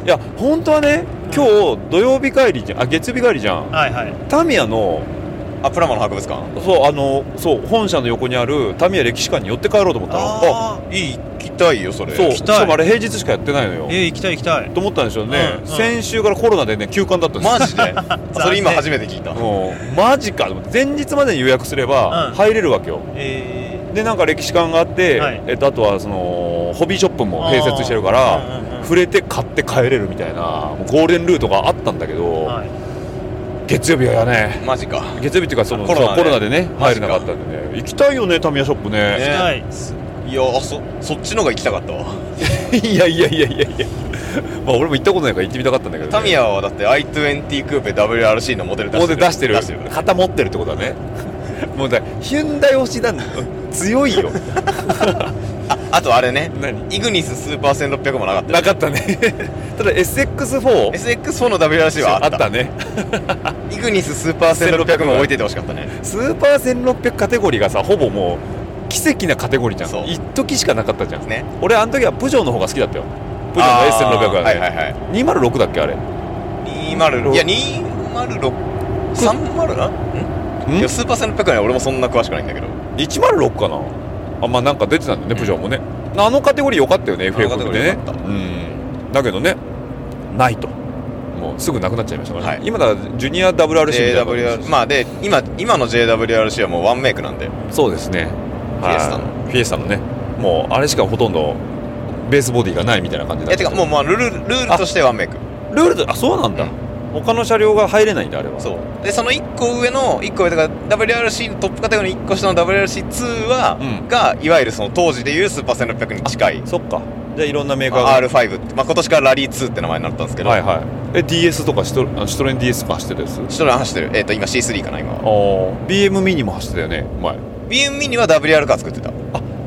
Speaker 5: いや本当はね今日土曜日帰りじゃんあ月曜日帰りじゃん
Speaker 4: はいはい
Speaker 5: タミヤの
Speaker 6: あプラモの博物館
Speaker 5: そうあのそう本社の横にあるタミヤ歴史館に寄って帰ろうと思ったのあ
Speaker 4: あ
Speaker 6: いい行きたいよそれ
Speaker 5: そう
Speaker 4: 行
Speaker 5: し
Speaker 4: きたい
Speaker 5: かもあれ平日しかやってないのよ
Speaker 4: あえー、行きたい行きたい
Speaker 5: と思ったんでしょうね、
Speaker 4: うんうん
Speaker 5: 先週からコロナでね休館だったんですよ
Speaker 6: マジでそれ今初めて聞いた
Speaker 5: もうマジかと思って前日までに予約すれば
Speaker 4: うん
Speaker 5: 入れるわけよ、
Speaker 4: え
Speaker 5: でなんか歴史館があって、
Speaker 4: はい
Speaker 5: えっと、あとはそのホビーショップも
Speaker 4: あー
Speaker 5: 併設してるから、
Speaker 4: うんうんうん
Speaker 5: 触れて買って帰れるみたいなもうゴールデンルートがあったんだけど、
Speaker 4: ーはい
Speaker 5: 月曜日はやね
Speaker 6: マジか
Speaker 5: 月曜日っていうかその
Speaker 6: コ
Speaker 5: コ
Speaker 6: ロ
Speaker 5: ロ
Speaker 6: ナ
Speaker 5: ナ
Speaker 6: で
Speaker 5: でコロナでね
Speaker 6: マ
Speaker 5: 入
Speaker 6: ジ
Speaker 5: れ
Speaker 6: か
Speaker 5: なかったんでね行きたいよねタミヤショップね
Speaker 4: 行きたい、
Speaker 6: いやあそそっちのが行きたかったわ
Speaker 5: いやいやいやいやいやまあ俺も行ったことないから行ってみたかったんだけど、ね、
Speaker 6: タミヤはだって i20 クーペ WRC のモデル出
Speaker 5: ここ
Speaker 6: して
Speaker 5: で
Speaker 6: る
Speaker 5: 出してる
Speaker 6: 出してる
Speaker 5: 肩持ってるってことだ ねもうだヒュンダイ推しだね強いよ
Speaker 6: ああとあれね
Speaker 5: 何
Speaker 6: イグニススーパー1600もなかったよ
Speaker 5: なかったね ただ SX4
Speaker 6: SX4 の WRC はあ
Speaker 5: あ
Speaker 6: っ
Speaker 5: ったたね
Speaker 6: イグニススーパー1600も置いててほしかったね
Speaker 5: スーパー1600カテゴリーがさほぼもう奇跡なカテゴリーじゃ
Speaker 6: そうん
Speaker 5: 一時しかなかったじゃん
Speaker 6: ね
Speaker 5: 俺あの時はプジョーの方が好きだったよプジョーの S1600
Speaker 6: あー
Speaker 5: がね、
Speaker 6: はいはいはい
Speaker 5: 206だっけあれ
Speaker 6: 206いや206 30あんいやスーパーセンペックね俺もそんな詳しくないんだけど
Speaker 5: 106かなあまあなんか出てたんだよねプジョーもねあのカテゴリー良かったよね FF
Speaker 6: カテゴ
Speaker 5: で
Speaker 6: リー良
Speaker 5: ね
Speaker 6: かった
Speaker 5: うんだけどねないともうすぐなくなっちゃいましたから、ね
Speaker 6: はい
Speaker 5: 今だからジュニア WRC みたいな感じです
Speaker 6: JWR まあで今今の JWRC はもうワンメイクなんで
Speaker 5: そうですねフ
Speaker 6: ィエスタの
Speaker 5: フィエスタのねもうあれしかほとんどベースボディがないみたいな感じ
Speaker 6: い
Speaker 5: だ
Speaker 6: やてかもうまあルールルールとしてワンメイク
Speaker 5: ルールであそうなんだ、
Speaker 6: うん
Speaker 5: 他の車両が入れないんだあれは
Speaker 6: そうでその1個上の1個上とか WRC トップカテゴリーの1個下の WRC2 は、
Speaker 5: うん
Speaker 6: がいわゆるその当時でいうスーパー1600に近い、
Speaker 5: そっかじゃあいろんなメーカー
Speaker 6: ま
Speaker 5: が
Speaker 6: あ、R5 って、まあ、今年からラリー2って名前になったんですけど、
Speaker 5: はいはいえ DS とかシトあシトレン DS とか走ってるやつ
Speaker 6: シトラン走ってる、えっと今 C3 かな今
Speaker 5: あー BM ミニも走ってたよね前
Speaker 6: BM ミニは WR カー作ってた
Speaker 5: あ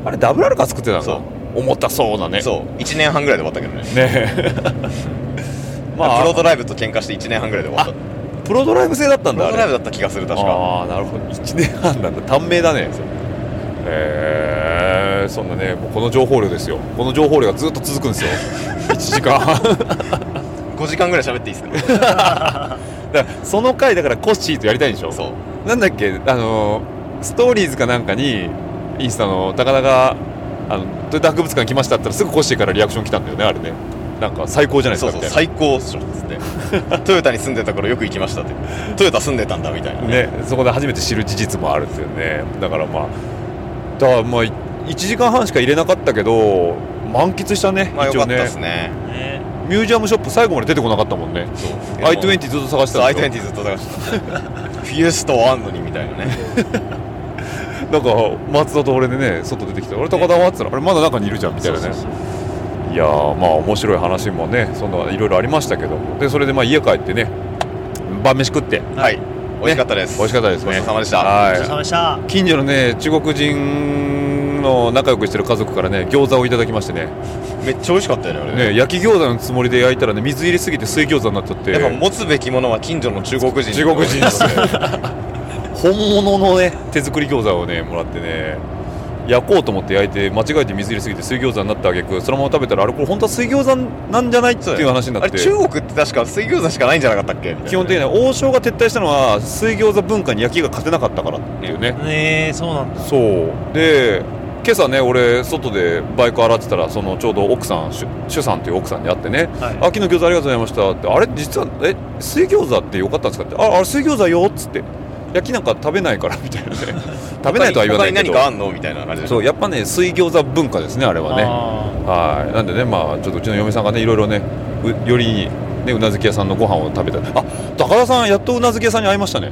Speaker 5: あれダブル R カー作ってたの
Speaker 6: そう
Speaker 5: か重たそうなね
Speaker 6: そう1年半ぐらいで終わったけどね
Speaker 5: ねえ まあ
Speaker 6: プロドライブと喧嘩して1年半ぐらいで終わった
Speaker 5: プロドライブ製だったん
Speaker 6: プ
Speaker 5: だ
Speaker 6: ロ
Speaker 5: あ
Speaker 6: ド
Speaker 5: れ
Speaker 6: ライブだった気がする確か
Speaker 5: ああなるほど1年半なんだ短命だねへえーそんなねもうこの情報量ですよこの情報量がずっと続くん ですよ1時間
Speaker 6: 5時間ぐらい喋っていいですか
Speaker 5: だからその回だからコッシーとやりたいんでしょ
Speaker 6: そう
Speaker 5: なんだっけあのストーリーズかなんかにインスタの高田があの「豊田博物館来ました」って言ったらすぐコッシーからリアクション来たんだよねあれねなんか最高じゃないで
Speaker 6: そう
Speaker 5: すか
Speaker 6: そ
Speaker 5: み
Speaker 6: う
Speaker 5: たいな
Speaker 6: 最高っしょっつってトヨタに住んでた頃よく行きましたってトヨタ住んでたんだみたいな
Speaker 5: ね、そこで初めて知る事実もあるっていうねだからまあだからまあ1時間半しか入れなかったけど満喫したね、
Speaker 6: まあよ
Speaker 5: 一
Speaker 6: かっ
Speaker 5: 応
Speaker 6: たで
Speaker 5: ね
Speaker 6: すね
Speaker 4: ね
Speaker 5: ミュージアムショップ最後まで出てこなかったもんね
Speaker 6: でも
Speaker 5: i20 ずっと探して
Speaker 6: そう
Speaker 5: たんです
Speaker 6: i20 ずっと探してたフィエストはあんのにみたいなね
Speaker 5: よなんか松田と俺でね外出てきて俺高田はっつったらあれまだ中にいるじゃんみたいなね
Speaker 4: そうそうそう
Speaker 5: いやーまあ面白い話もねそんないろいろありましたけどでそれでまあ家帰ってね晩飯食って
Speaker 6: はい美味しかったです
Speaker 5: 美味しかったですね
Speaker 6: ごちそうさまでした
Speaker 5: は
Speaker 4: お疲れ様でした
Speaker 5: い近所のね中国人の仲良くしてる家族からね餃子をいただきましてね
Speaker 6: めっちゃ美味しかったよね俺ね
Speaker 5: ね、焼き餃子のつもりで焼いたらね水入れすぎて水餃子になっちゃって
Speaker 6: やっぱ持つべきものは近所の中国人
Speaker 5: 中国人ですね
Speaker 6: ね
Speaker 5: 本物のね手作り餃子をねもらってね焼こうと思って焼いて間違えて水入れすぎて水餃子になったあげくそのまま食べたらあれこれ本当は水餃子なんじゃないっていう話になっ
Speaker 6: あれ
Speaker 5: て
Speaker 6: 中国って確か水餃子しかないんじゃなかったっけみたいな
Speaker 5: 基本的には王将が撤退したのは水餃子文化に焼きが勝てなかったからっていうね
Speaker 4: ねえそうなんだ
Speaker 5: そうで今朝ね俺外でバイク洗ってたらそのちょうど奥さん主主さんっていう奥さんに会ってね
Speaker 4: はい
Speaker 5: 秋の餃子ありがとうございましたってあれ実はえ水餃子ってよかったんですかってああれ水餃子よっつって焼きなんか食べないからみた いなね食べないとは言わないけ
Speaker 6: 他に何か
Speaker 5: ど
Speaker 6: あんのみたいな感じで
Speaker 5: そうやっぱね水餃子文化ですねあれはね
Speaker 4: あ
Speaker 5: はいなんでねまあちょっとうちの嫁さんがねいろいろねうよりねうなずき屋さんのご飯を食べたりあ高田さんやっとうなずき屋さんに会いましたね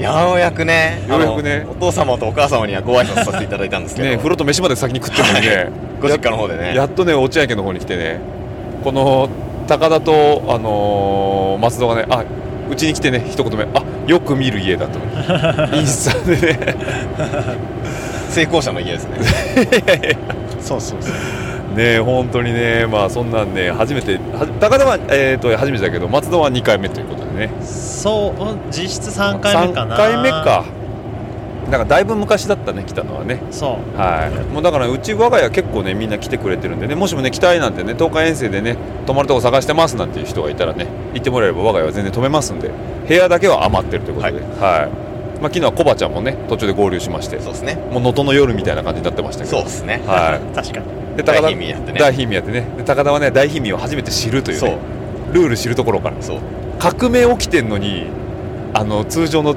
Speaker 6: ようやくね
Speaker 5: ようやくね
Speaker 6: あのお父様とお母様にはご挨拶させていただいたんですけど、
Speaker 5: ね風呂と飯まで先に食ってるのにね
Speaker 6: ご実家の方でね
Speaker 5: やっとね落合家の方に来てねこの高田と、あのー松戸がねあうちに来てね一言目あよく見る家だと インスタでね
Speaker 6: 成功者の家ですねそうそうそう
Speaker 5: ね本当にねまあそんなんね初めては高田は、えー、と初めてだけど松戸は2回目ということでね
Speaker 4: あそううん実質3回目かな
Speaker 5: 3回目かなんかだいぶ昔だったね来たのはね
Speaker 4: そう
Speaker 5: はい、もうだからうち我が家結構ねみんな来てくれてるんでねもしもね来たいなんてね東海遠征でね泊まるとこ探してますなんていう人がいたらね行ってもらえれば我が家は全然泊めますんで部屋だけは余ってるということで、
Speaker 6: はい
Speaker 5: はいまあ、昨日はコバちゃんもね途中で合流しまして
Speaker 6: そうですね
Speaker 5: もう能登の夜みたいな感じになってましたけど
Speaker 6: そうですね
Speaker 5: はい
Speaker 4: 確かに
Speaker 5: で
Speaker 6: 大貧民やってね
Speaker 5: 大貧民やってねで高田はね大貧民を初めて知るという,、ね、ルール知るところから
Speaker 6: そう
Speaker 5: 革命起きてんのにあの通常の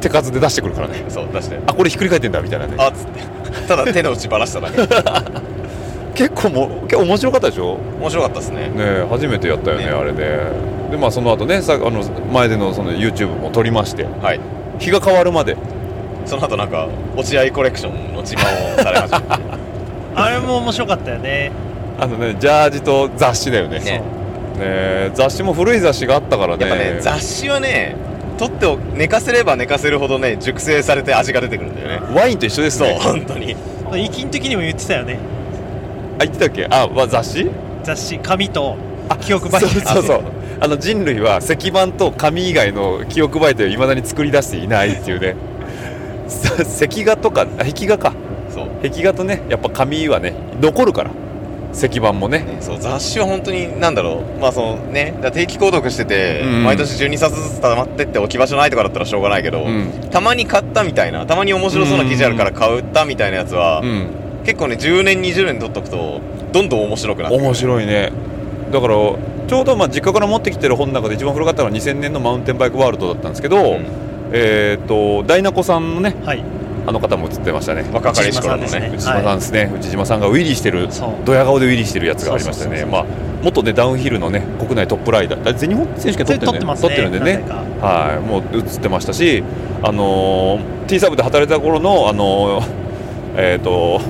Speaker 5: 手数で出してくるからね
Speaker 6: そう出して
Speaker 5: あこれひっくり返ってんだみたいなね
Speaker 6: あっつってただ手の内ばらしただけ
Speaker 5: 結構もう結構面白かったでしょ
Speaker 6: 面白かったですね
Speaker 5: ねえ初めてやったよね
Speaker 6: ね
Speaker 5: あれででまあその後ねさあの前でのその YouTube も撮りまして
Speaker 6: はい
Speaker 5: 日が変わるまで
Speaker 6: その後なんか落合コレクションの自慢をされ始めて
Speaker 4: あれも面白かったよね
Speaker 5: あのねジャージと雑誌だよね
Speaker 6: ね
Speaker 5: ねえ雑誌も古い雑誌があったからね
Speaker 6: やっぱね雑誌はね取ってお寝かせれば寝かせるほどね熟成されて味が出てくるんだよね
Speaker 5: ワインと一緒です
Speaker 6: そう
Speaker 5: ね
Speaker 6: 本当に
Speaker 4: 遺金的にも言ってたよね
Speaker 5: あ言ってたっけあわ雑誌
Speaker 4: 雑誌紙と
Speaker 5: あ
Speaker 4: 記憶媒体
Speaker 5: そうそうそうあの人類は石板と紙以外の記憶媒体をいまだに作り出していないっていうね さ石画とかあ壁画か
Speaker 6: そう
Speaker 5: 壁画とねやっぱ紙はね残るから石板もね
Speaker 6: ねそう雑誌は本当になんだろうまあそのねだから定期購読してて、
Speaker 5: うんうん
Speaker 6: 毎年12冊ずつ溜まってって置き場所ないとかだったらしょうがないけど、
Speaker 5: うん
Speaker 6: たまに買ったみたいなたまに面白そうな記事あるから買ったみたいなやつは、
Speaker 5: うん
Speaker 6: 結構ね10年20年取っとくとどんどん面白くなってくる
Speaker 5: 面白いねだからちょうどまあ実家から持ってきてる本の中で一番古かったのは2000年のマウンテンバイクワールドだったんですけど、
Speaker 6: うん
Speaker 5: えっ、とダイナコさんのね
Speaker 4: はい
Speaker 5: あの方も映ってましたね
Speaker 6: 若かりし頃の
Speaker 4: 内島さんで
Speaker 5: 内
Speaker 6: ね
Speaker 4: すね
Speaker 5: 島さんですね、内島さんがウィリーしてる
Speaker 4: そう
Speaker 5: ドヤ顔でウィリーしてるやつがありましたね
Speaker 4: そうそうそうそう
Speaker 5: まあ元ねダウンヒルのね国内トップライダーあ全日本選手権取ってるん
Speaker 4: 撮っ
Speaker 5: で
Speaker 4: てますね
Speaker 5: るんでね
Speaker 4: 何回か
Speaker 5: はいもう映ってましたしあのー、T サブで働いた頃のあのー、 えっ、と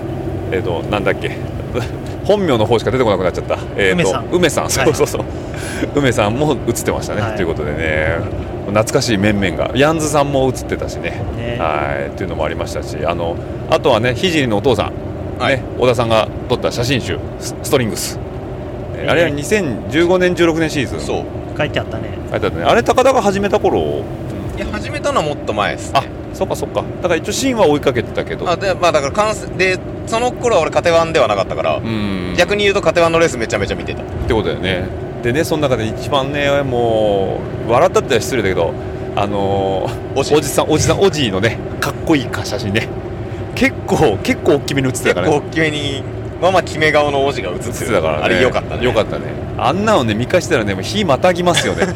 Speaker 5: えっ、となんだっけ 本名の方しか出てこなくなっちゃった、えーと
Speaker 4: 梅さん
Speaker 5: 梅さん、
Speaker 4: はい
Speaker 5: そうそうそう梅さんも映ってましたね、
Speaker 4: はい
Speaker 5: ということでね懐かしい面々がヤンズさんも映ってたしね
Speaker 4: ね
Speaker 5: はいっていうのもありましたしあのあとはね聖のお父さん、
Speaker 6: はい
Speaker 5: ね、小田さんが撮った写真集スストリングス、えーあれは2015年16年シーズン
Speaker 6: そう
Speaker 4: 書いてあったね
Speaker 5: あれだったねあれ高田が始めた頃
Speaker 6: いや始めたのはもっと前ですね
Speaker 5: あそっかそっかだから一応芯は追いかけてたけど
Speaker 6: あでまあだから完成でその頃は俺カテワンではなかったから、
Speaker 5: うん
Speaker 6: 逆に言うとカテワンのレースめちゃめちゃ見てた
Speaker 5: ってことだよねでねその中で一番ねもう笑ったって失礼だけどあのー、
Speaker 6: おじ
Speaker 5: おじさんおじさんおじいのねかっこいいか写真ね結構結構大きめに写ってた
Speaker 6: 結
Speaker 5: から
Speaker 6: 構
Speaker 5: ね
Speaker 6: 大きめにまあまあ決め顔の王子が映っ
Speaker 5: 写
Speaker 6: て
Speaker 5: って
Speaker 6: る
Speaker 5: たからね
Speaker 6: あれよかったね
Speaker 5: よかったねあんなのね見返したらねもう火またぎます よね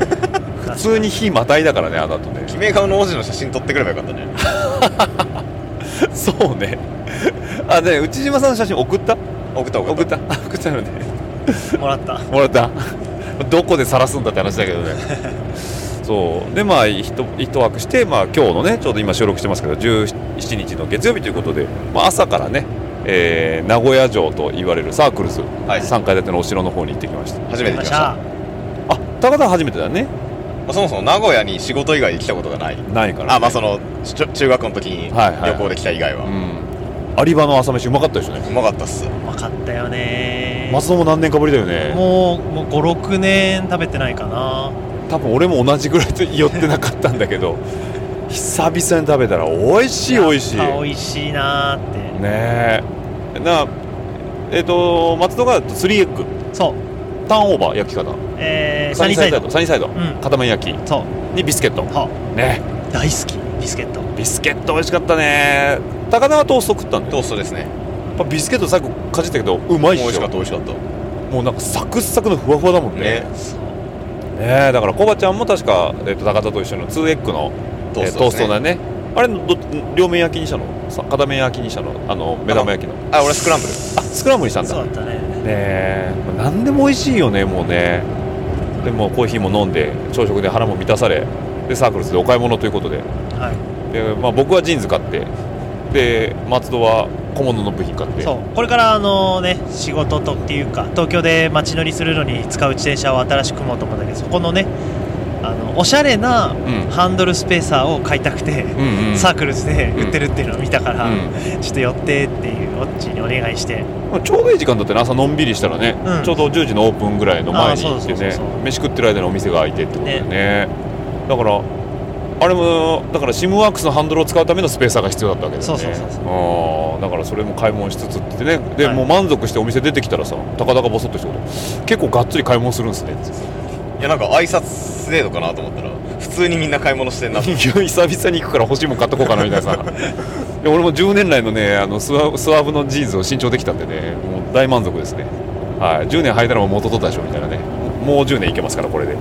Speaker 5: 普通に火またいだからねあの後ね
Speaker 6: 決め顔の王子の写真撮ってくればよかったね
Speaker 5: そうねあね内島さんの写真送った
Speaker 6: 送った送った
Speaker 5: 送ったあ送ったのね
Speaker 4: もらった
Speaker 5: もらった どこで晒すんだって話だけどね そうでまあ一一枠して、まあ、今日のねちょうど今収録してますけど17日の月曜日ということで、まあ、朝からね、えー名古屋城と言われるサークルズ、
Speaker 6: はい
Speaker 5: 3階建てのお城の方に行ってきました
Speaker 6: 初めて来まし
Speaker 4: ゃ
Speaker 6: た
Speaker 5: あ高田初めてだね
Speaker 6: そもそも名古屋に仕事以外で来たことがない
Speaker 5: ないから、ね、
Speaker 6: あまあそのちょ中学校の時に
Speaker 5: はいはい
Speaker 6: 旅行で来た以外は、
Speaker 5: うん有馬の朝飯うまかったでしょね
Speaker 6: うまかったっす
Speaker 4: あうまかったよね
Speaker 5: 松戸も何年かぶりだよね
Speaker 4: もうもう56年食べてないかな
Speaker 5: 多分俺も同じぐらいと寄ってなかったんだけど久々に食べたら美味しい美味しい
Speaker 4: やっぱ美味しいなーっ
Speaker 5: ね
Speaker 4: て
Speaker 5: えなえっ、と松戸がスリーエッグ
Speaker 4: そう
Speaker 5: ターンオーバー焼き方
Speaker 4: えー、サニーサイド
Speaker 5: サニーサイド
Speaker 4: ん
Speaker 5: 片面焼き
Speaker 4: そう
Speaker 5: にビスケット
Speaker 4: は
Speaker 5: ね
Speaker 4: 大好きビスケット
Speaker 5: ビスケット美味しかったね高菜はトースト食ったんだ
Speaker 6: ト
Speaker 5: よ
Speaker 6: ーストですねも
Speaker 5: やっぱビスケット最後かじったけどうま
Speaker 6: う
Speaker 5: いっ
Speaker 6: 美味
Speaker 5: し
Speaker 6: しか
Speaker 5: ょ
Speaker 6: った美味しかった
Speaker 5: もうなんかサクッサクのふわふわだもんね
Speaker 6: ね
Speaker 5: ねえだからコバちゃんも確か、えっと高田と一緒の 2X の
Speaker 6: トー
Speaker 5: え
Speaker 6: ス
Speaker 5: ートー
Speaker 6: トで
Speaker 5: ス
Speaker 6: す
Speaker 5: ト
Speaker 6: ね
Speaker 5: だねあれのど両面焼きにしたのさ片面焼きにしたのあの目玉焼きの
Speaker 6: あ俺スクランブル
Speaker 5: あスクランブルにしたんだ
Speaker 4: そうだったね
Speaker 5: ねえ何でも美味しいよねもうねでもうコーヒーも飲んで朝食で腹も満たされでサークルズでお買い物ということで
Speaker 4: は
Speaker 5: で、まあ、僕はジーンズ買ってで松戸は小物の部品買っ
Speaker 4: い
Speaker 5: て
Speaker 4: そうこれからあのね仕事とっていうか東京で街乗りするのに使う自転車を新しく組もうと思うんだけどそこのねあのおしゃれな
Speaker 5: うん
Speaker 4: ハンドルスペーサーを買いたくて、
Speaker 5: うんうん
Speaker 4: サークルズで売ってるっていうのを見たから、
Speaker 5: うん
Speaker 4: ちょっと寄ってっていうオッチにお願いして
Speaker 5: まあちょうどいい時間だったね朝のんびりしたらね、
Speaker 4: うん
Speaker 5: ちょうど10時のオープンぐらいの前に行って
Speaker 4: あーそうそう
Speaker 5: ね
Speaker 4: そうそう
Speaker 5: 飯食ってる間にお店が開いてってことだよねだからあれもだからシムワークスのハンドルを使うためのスペーサーが必要だったわけだよね
Speaker 4: そうそうそうそう
Speaker 5: あーだからそれも買い物しつつってねで、
Speaker 4: はい
Speaker 5: もう満足してお店出てきたらさたかだかボソッとしてこと結構がっつり買い物するんですね
Speaker 6: いやなんか挨拶制度かなと思ったら普通にみんな買い物してんな
Speaker 5: いや久々に行くから欲しいもん買っとこうかなみたいなさ いや俺も10年来のねあのスワスワーブのジーンズを新調できたんでねもう大満足ですね、はい、10年履いたらもう元取ったでしょみたいなねもう10年いけますからこれで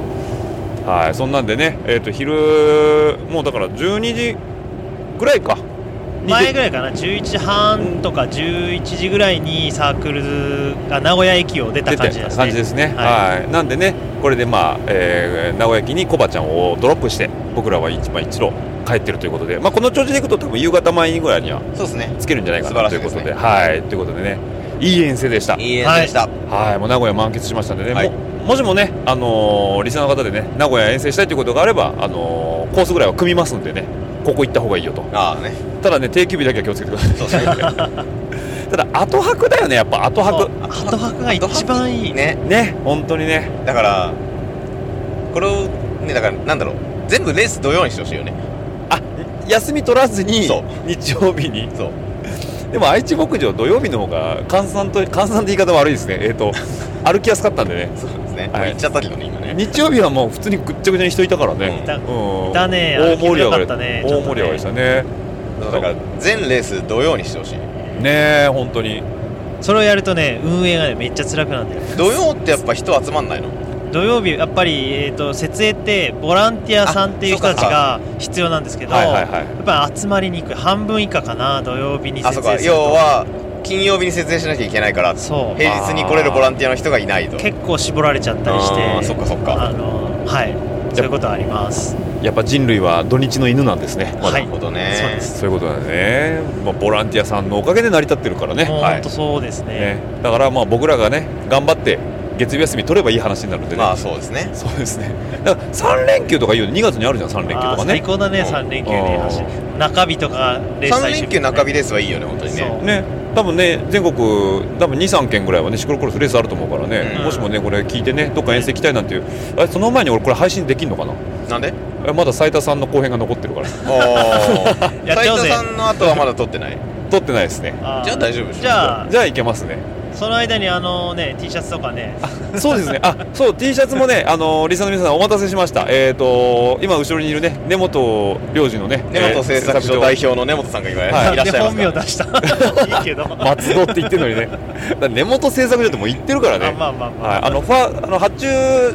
Speaker 5: はいそんなんでねえっ、と昼もうだから12時ぐらいかに
Speaker 4: 前ぐらいかな11時半とか11時ぐらいにサークルが名古屋駅を出た
Speaker 5: 出
Speaker 4: 感
Speaker 5: て
Speaker 4: じですね
Speaker 5: 感じですね
Speaker 4: は
Speaker 5: はい、なんでねこれでまあ、えー名古屋駅にコバちゃんをドロップして僕らは一番一路帰ってるということで、まあ、この調子でいくと多分夕方前ぐらいには
Speaker 6: そうですね
Speaker 5: つけるんじゃないかなということで
Speaker 6: 素晴らしいです
Speaker 5: はいということでねいい遠征でした
Speaker 6: いい演奏でした、
Speaker 5: はいもう名古屋満喫しましたんでね、
Speaker 6: はい
Speaker 5: ももしもねあのーリスナーの方でね名古屋遠征したいということがあればあのーコースぐらいは組みますんでねここ行った方がいいよと
Speaker 6: ああね
Speaker 5: ただね定休日だけは気をつけてくださ
Speaker 6: そうですね
Speaker 5: いただ後泊だよねやっぱ後
Speaker 4: そう
Speaker 5: 泊
Speaker 4: 後泊が一番いい
Speaker 6: ね
Speaker 5: ね本当にね
Speaker 6: だからこれをねだからなんだろう全部レース同様にしてほしいよね
Speaker 5: あ休み取らずに
Speaker 6: そう
Speaker 5: 日曜日に
Speaker 6: そう
Speaker 5: でも愛知牧場土曜日の方が換算と換算って言い方悪いですねえっ、 と歩きやすかったんでね
Speaker 6: そうですね、
Speaker 5: はい
Speaker 6: もう行っちゃったけどね今ね
Speaker 5: 日曜日はもう普通にぐっちゃぐちゃに人いたからね
Speaker 6: い
Speaker 4: た
Speaker 5: うん
Speaker 4: いたね
Speaker 5: 大盛り上がり
Speaker 4: あれ気分よかったね
Speaker 5: 大盛り上がりでしたね
Speaker 6: そうだから全レース同様にしてほしい
Speaker 5: ね え本当に
Speaker 4: それをやるとね運営がねめっちゃ辛くなるんだよ
Speaker 6: 土曜ってやっぱ人集まんないの
Speaker 4: 土曜日やっぱり、えー、と設営ってボランティアさんっていう人たちが必要なんですけど、
Speaker 5: はいはいはい
Speaker 4: やっぱり集まりにくい半分以下かな土曜日に
Speaker 6: あ
Speaker 4: 設
Speaker 6: そ
Speaker 4: 営
Speaker 6: うか
Speaker 4: すると
Speaker 6: 要は金曜日に設営しなきゃいけないから
Speaker 4: そう
Speaker 6: 平日に来れるボランティアの人がいないと
Speaker 4: 結構絞られちゃったりして
Speaker 6: あーそっかそっか
Speaker 4: あのはいそういうことはあります
Speaker 5: やっぱ人類は土日の犬なんですねまだ
Speaker 4: はい
Speaker 6: なるほどね
Speaker 4: そうです
Speaker 5: そういうことだね、まあ、ボランティアさんのおかげで成り立ってるからね,、
Speaker 4: もう
Speaker 5: は
Speaker 4: 本
Speaker 5: い
Speaker 4: 当、そうですね
Speaker 5: ねだからまあ僕らがね頑張って月曜日休み取ればいい話になるんでね、
Speaker 6: まあそうですね
Speaker 5: そうですねだから3連休とかいうの2月にあるじゃん3連休
Speaker 4: あ
Speaker 5: と
Speaker 4: ー
Speaker 5: か
Speaker 4: 最
Speaker 5: ね
Speaker 4: 高だね、
Speaker 6: うん
Speaker 4: 3連休ね
Speaker 5: あー
Speaker 4: 走中日とかレース
Speaker 6: 3
Speaker 4: 最終
Speaker 6: 連
Speaker 4: 日
Speaker 6: 休中日
Speaker 4: ね
Speaker 6: レースはいいよね本当にね
Speaker 5: ね多分ね全国多分23件ぐらいはねシクロクロスレースあると思うからね、
Speaker 6: うん
Speaker 5: もしもねこれ聞いてねどっか遠征行きたいなんていうあれその前に俺これ配信できるのかな
Speaker 6: なん で
Speaker 5: えまだ斉田さんの後編が残ってるから
Speaker 6: ああ
Speaker 4: やっちゃおう
Speaker 6: 斉田
Speaker 4: ぜ
Speaker 6: さんの後はまだ撮ってない
Speaker 5: 撮ってないですね
Speaker 4: あー
Speaker 6: じゃあ大丈夫でしょ
Speaker 4: じゃあ
Speaker 5: じゃあいけますね
Speaker 4: その間にあのね T シャツとかね
Speaker 5: そうですねあそう T シャツもねあのーリスナーの皆さんお待たせしましたえっ、と今後ろにいるね根本良次のね
Speaker 6: 根本製作所代表の根本さんが今い
Speaker 5: は
Speaker 6: ら
Speaker 5: い
Speaker 6: っしゃいます
Speaker 4: 本
Speaker 6: か
Speaker 4: 名出した いいけどあ
Speaker 5: 松戸って言ってるのにねだから根本製作所ってもう言ってるからね
Speaker 4: まあまあまあ、
Speaker 5: はい、あのファあの発注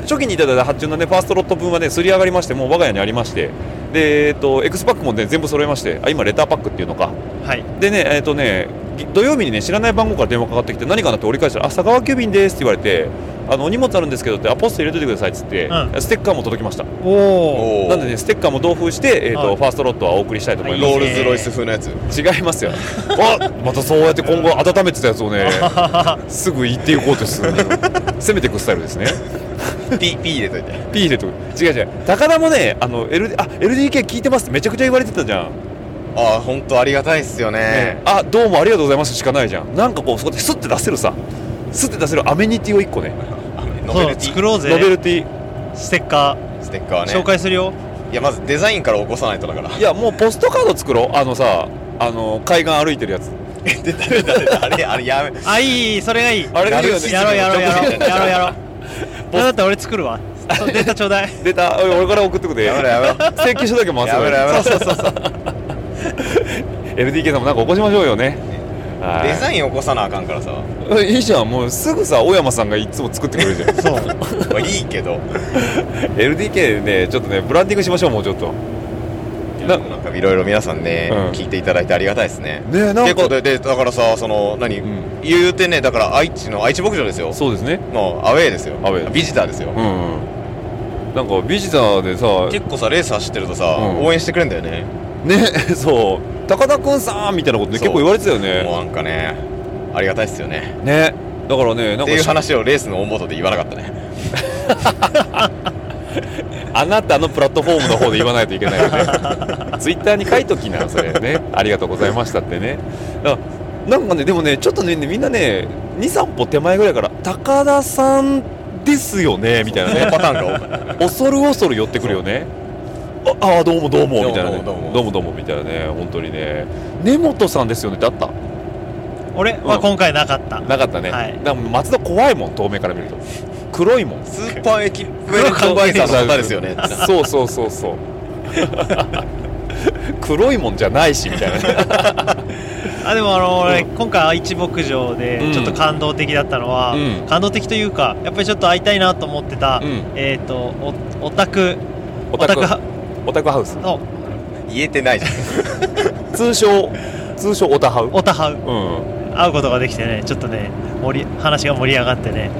Speaker 5: 初期にいただいた発注のねファーストロット分はねすり上がりましてもう我が家にありましてでえっ、と X パックもね全部揃えましてあ今レターパックっていうのか
Speaker 4: はい
Speaker 5: でねえっ、とねぎ土曜日にね知らない番号から電話かかってきて何かなって折り返したら「あ佐川急便です」って言われて「あのお荷物あるんですけど」ってあ「ポスト入れといてください」っつって、
Speaker 4: う
Speaker 5: ステッカーも届きました
Speaker 4: おお
Speaker 6: おー
Speaker 5: なんでねステッカーも同封して、えーと
Speaker 4: はい
Speaker 5: ファーストロットはお送りしたいと思いま
Speaker 6: ロ
Speaker 5: す、
Speaker 6: ールズ・ロイス風のやつ
Speaker 5: 違いますよあまたそうやって今後温めてたやつをねすぐ言っていこうとする攻めていくスタイルですね
Speaker 6: P, P 入れといて
Speaker 5: P 入れと違う違う高田もねあの、L、あ LDK 聞いてますってめちゃくちゃ言われてたじゃん、
Speaker 6: ああ本当ありがたいっすよね
Speaker 5: ねあどうもありがとうございますしかないじゃんなんかこうそこでスッて出せるさスッて出せるアメニティを1個ね
Speaker 6: ノベ
Speaker 4: そ
Speaker 6: ル
Speaker 4: う
Speaker 6: ティ
Speaker 4: 作ろうぜ
Speaker 5: ノベルティ
Speaker 4: ステッカー、
Speaker 6: ステッカーね
Speaker 4: 紹介するよ
Speaker 6: いやまずデザインから起こさないとだから
Speaker 5: いやもうポストカード作ろうあのさあの海岸歩いてるやつ
Speaker 6: 出た出た出たあ れあれやめ
Speaker 4: あいいそれがいい
Speaker 5: あれがいいよね
Speaker 4: やろうやろうやろうやろうやろう やろう
Speaker 5: ボス
Speaker 4: だったら俺作るわそうデータちょうだい
Speaker 5: 出たおい俺から送ってくで
Speaker 6: やめろ やめろ
Speaker 5: 請求書だけ回す
Speaker 6: やめろやめろ
Speaker 5: そうそうそうそう LDK さんもなんか起こしましょうよねはい
Speaker 6: デザイン起こさなあかんからさ、ま
Speaker 5: えいいじゃんもうすぐさ小山さんがいつも作ってくれる じゃん
Speaker 4: そう
Speaker 6: あ、いいけど
Speaker 5: LDK ねちょっとねブランディングしましょうもうちょっとなね
Speaker 6: なんかいろいろ皆さんね、
Speaker 5: うん
Speaker 6: 聞いていただいてありがたいですね
Speaker 5: えなん
Speaker 6: 結構
Speaker 5: か
Speaker 6: ででだからさその何、
Speaker 5: うん
Speaker 6: 言うてねだから愛知の愛知牧場ですよ
Speaker 5: そうですね
Speaker 6: のアウェーですよ
Speaker 5: アウェー
Speaker 6: ビジターですよ、
Speaker 5: うん、うん、なんかビジターでさ
Speaker 6: 結構さレース走ってるとさ、
Speaker 5: うん
Speaker 6: 応援してくれんだよね
Speaker 5: ね そう高田くんさんみたいなことね
Speaker 6: そう
Speaker 5: 結構言われてたよね
Speaker 6: もうなんかねありがたいっすよね
Speaker 5: ねだからねなん
Speaker 6: って
Speaker 5: か
Speaker 6: いう話をレースのオンボードで言わなかった ね
Speaker 5: あなたのプラットフォームの方で言わないといけ ないよねツイッターに書いときなそれねありがとうございましたってねだからなんかねでもねちょっとねみんなね23歩手前ぐらいから「高田さんですよね」みたいなね
Speaker 6: その パターンが多かった
Speaker 5: 恐る恐る寄ってくるよねああーどうもどうも
Speaker 6: どうも
Speaker 5: みたいなね
Speaker 6: どうも
Speaker 5: どうもどうもみたいなね本当にね根本さんですよねってあった
Speaker 4: 俺は今回なかった
Speaker 5: なかったね、
Speaker 4: はい
Speaker 5: だから松田怖いもん遠目から見ると黒いもん
Speaker 6: スーパーエキプメントバイザーの方ですよね
Speaker 5: そうそうそうそう 黒いもんじゃないしみたいな ね
Speaker 4: あでもあの俺、今回愛知牧場
Speaker 5: う
Speaker 4: で
Speaker 5: ん
Speaker 4: ちょっと感動的だったのは、
Speaker 5: うん
Speaker 4: 感動的というかやっぱりちょっと会いたいなと思ってた、
Speaker 5: うん
Speaker 4: えっ、とおオタク
Speaker 5: オタク
Speaker 4: オタク
Speaker 5: オタクハウス
Speaker 4: の
Speaker 6: 言えてないじゃん
Speaker 5: 通称通称オタハウ
Speaker 4: オタハウ
Speaker 5: う
Speaker 4: 会うことができてねちょっとね盛り話が盛り上がってね